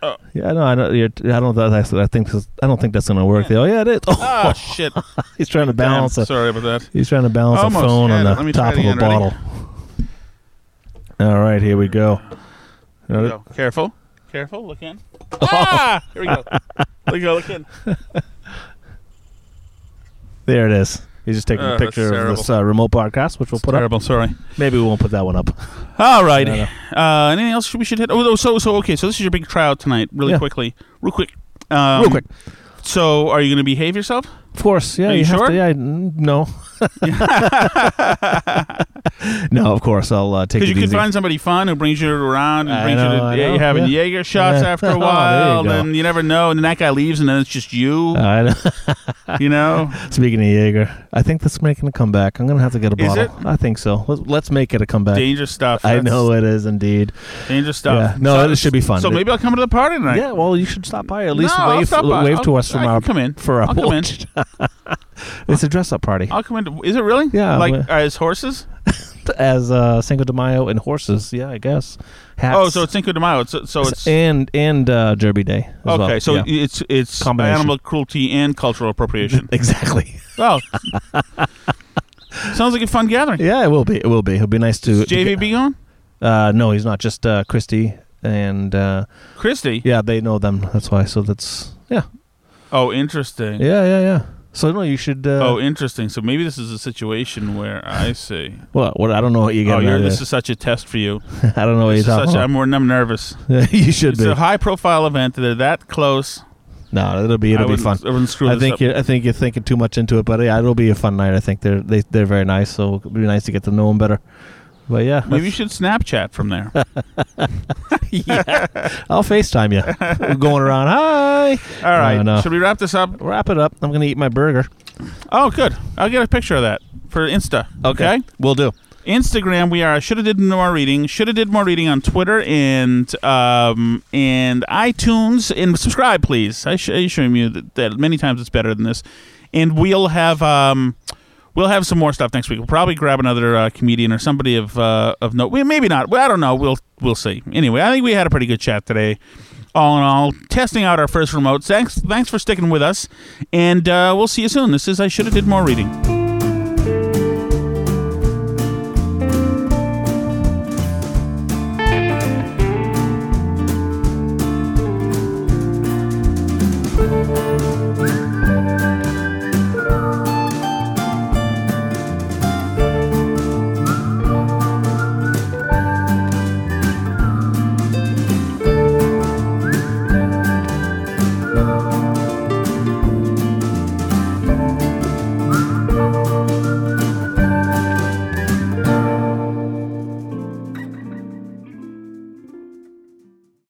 [SPEAKER 1] Oh.
[SPEAKER 2] Yeah, no, I don't. You're, I don't. That's, I think. this- I don't think that's gonna work.
[SPEAKER 1] Yeah.
[SPEAKER 2] Oh yeah, it is. Oh,
[SPEAKER 1] Ah, shit.
[SPEAKER 2] he's trying to
[SPEAKER 1] Damn,
[SPEAKER 2] balance. A,
[SPEAKER 1] sorry about that.
[SPEAKER 2] he's trying to balance
[SPEAKER 1] Almost
[SPEAKER 2] a phone
[SPEAKER 1] had
[SPEAKER 2] on
[SPEAKER 1] it.
[SPEAKER 2] the
[SPEAKER 1] Let me try
[SPEAKER 2] top
[SPEAKER 1] it
[SPEAKER 2] of a
[SPEAKER 1] again. Ready?
[SPEAKER 2] bottle. All right, here we go.
[SPEAKER 1] Here we go. Careful. Careful. Look in.
[SPEAKER 2] Oh.
[SPEAKER 1] Ah! Here we go. Look we go. Look in.
[SPEAKER 2] There it is. He's just taking
[SPEAKER 1] Uh,
[SPEAKER 2] a
[SPEAKER 1] that's
[SPEAKER 2] picture of
[SPEAKER 1] terrible.
[SPEAKER 2] this uh, remote podcast, which we'll put up.
[SPEAKER 1] Terrible. Sorry.
[SPEAKER 2] Maybe we won't put that one up.
[SPEAKER 1] All right.
[SPEAKER 2] No,
[SPEAKER 1] Uh, anything else we should hit? Oh, so so okay. So this is your big tryout tonight. Really
[SPEAKER 2] Yeah.
[SPEAKER 1] quickly. Real quick. Um,
[SPEAKER 2] Real quick.
[SPEAKER 1] So are you going to behave yourself?
[SPEAKER 2] Of course, yeah.
[SPEAKER 1] Are you
[SPEAKER 2] have
[SPEAKER 1] sure?
[SPEAKER 2] to- yeah, I- mm, no. no, of course. I'll uh, take it
[SPEAKER 1] Because you can
[SPEAKER 2] easy.
[SPEAKER 1] find somebody fun who brings you around and
[SPEAKER 2] I
[SPEAKER 1] brings
[SPEAKER 2] know,
[SPEAKER 1] you
[SPEAKER 2] I
[SPEAKER 1] to yeah,
[SPEAKER 2] know,
[SPEAKER 1] you're having
[SPEAKER 2] yeah.
[SPEAKER 1] Jaeger shots
[SPEAKER 2] Yeah.
[SPEAKER 1] after a
[SPEAKER 2] Oh, there you
[SPEAKER 1] while,
[SPEAKER 2] go.
[SPEAKER 1] and you never know. And then that guy leaves, and then it's just you.
[SPEAKER 2] Uh, I know.
[SPEAKER 1] you know.
[SPEAKER 2] Speaking of Jaeger, I think that's making a comeback. I'm gonna have to get a
[SPEAKER 1] Is
[SPEAKER 2] bottle. I think so. Let's, let's make it a comeback.
[SPEAKER 1] Dangerous stuff.
[SPEAKER 2] I
[SPEAKER 1] That's
[SPEAKER 2] know it is indeed.
[SPEAKER 1] Dangerous stuff.
[SPEAKER 2] Yeah. No, it should be fun.
[SPEAKER 1] So
[SPEAKER 2] It-
[SPEAKER 1] maybe I'll come to the party tonight.
[SPEAKER 2] Yeah, well, you should stop by or at least
[SPEAKER 1] No, I'll
[SPEAKER 2] wave
[SPEAKER 1] stop by.
[SPEAKER 2] wave to
[SPEAKER 1] I'll-
[SPEAKER 2] us from
[SPEAKER 1] I
[SPEAKER 2] our
[SPEAKER 1] can come in.
[SPEAKER 2] for our
[SPEAKER 1] I'll come in.
[SPEAKER 2] porch. it's a dress up party
[SPEAKER 1] I'll come in. Is it really?
[SPEAKER 2] Yeah,
[SPEAKER 1] Like
[SPEAKER 2] but-
[SPEAKER 1] as horses?
[SPEAKER 2] as uh, Cinco de Mayo and horses. Yeah, I guess. Hats.
[SPEAKER 1] oh, so it's Cinco de Mayo. It's, so it's
[SPEAKER 2] and and uh, Derby Day. as
[SPEAKER 1] okay.
[SPEAKER 2] well.
[SPEAKER 1] So
[SPEAKER 2] Yeah.
[SPEAKER 1] it's it's
[SPEAKER 2] Combination.
[SPEAKER 1] animal cruelty and cultural appropriation.
[SPEAKER 2] exactly.
[SPEAKER 1] oh, sounds like a fun gathering.
[SPEAKER 2] Yeah, it will be. It will be. It'll be nice to.
[SPEAKER 1] Is JVB going?
[SPEAKER 2] Uh, no, he's not. Just uh, Christy and uh,
[SPEAKER 1] Christy.
[SPEAKER 2] yeah, they know them. That's why. So that's yeah,
[SPEAKER 1] Oh, interesting.
[SPEAKER 2] yeah, yeah, yeah. So no, you should. Uh,
[SPEAKER 1] Oh, interesting. So maybe this is a situation where I see.
[SPEAKER 2] what? What? I don't know what you
[SPEAKER 1] Oh,
[SPEAKER 2] got.
[SPEAKER 1] you're, this is such a test for you.
[SPEAKER 2] I don't know what you're
[SPEAKER 1] This is
[SPEAKER 2] talking
[SPEAKER 1] such, I'm,
[SPEAKER 2] about.
[SPEAKER 1] more- I'm nervous.
[SPEAKER 2] you should
[SPEAKER 1] It's
[SPEAKER 2] be.
[SPEAKER 1] a high-profile event. They're that close.
[SPEAKER 2] no, it'll be.
[SPEAKER 1] I
[SPEAKER 2] It'll be
[SPEAKER 1] wouldn't-
[SPEAKER 2] fun.
[SPEAKER 1] I wouldn't screw
[SPEAKER 2] I
[SPEAKER 1] this
[SPEAKER 2] think
[SPEAKER 1] up.
[SPEAKER 2] you're, I think you're thinking too much into it, but yeah, it'll be a fun night. I think they're they, they're very nice, so it'll be nice to get to know them better. But yeah,
[SPEAKER 1] Maybe you should Snapchat from there.
[SPEAKER 2] yeah. I'll FaceTime you. going around. Hi.
[SPEAKER 1] All right.
[SPEAKER 2] no.
[SPEAKER 1] Should we wrap this up?
[SPEAKER 2] Wrap it up. I'm gonna eat my burger.
[SPEAKER 1] Oh, good. I'll get a picture of that for Insta. Okay.
[SPEAKER 2] We'll do.
[SPEAKER 1] Instagram, we are should have did more reading. Should have did more reading on Twitter and um and iTunes and subscribe, please. I, sh- I assure you that, that many times it's better than this. And we'll have um we'll have some more stuff next week. We'll probably grab another uh, comedian or somebody of uh, of note. We maybe not. Well, I don't know. We'll we'll see. Anyway, I think we had a pretty good chat today. All in all, testing out our first remote. Thanks thanks for sticking with us, and uh, we'll see you soon. This is I should have did more reading.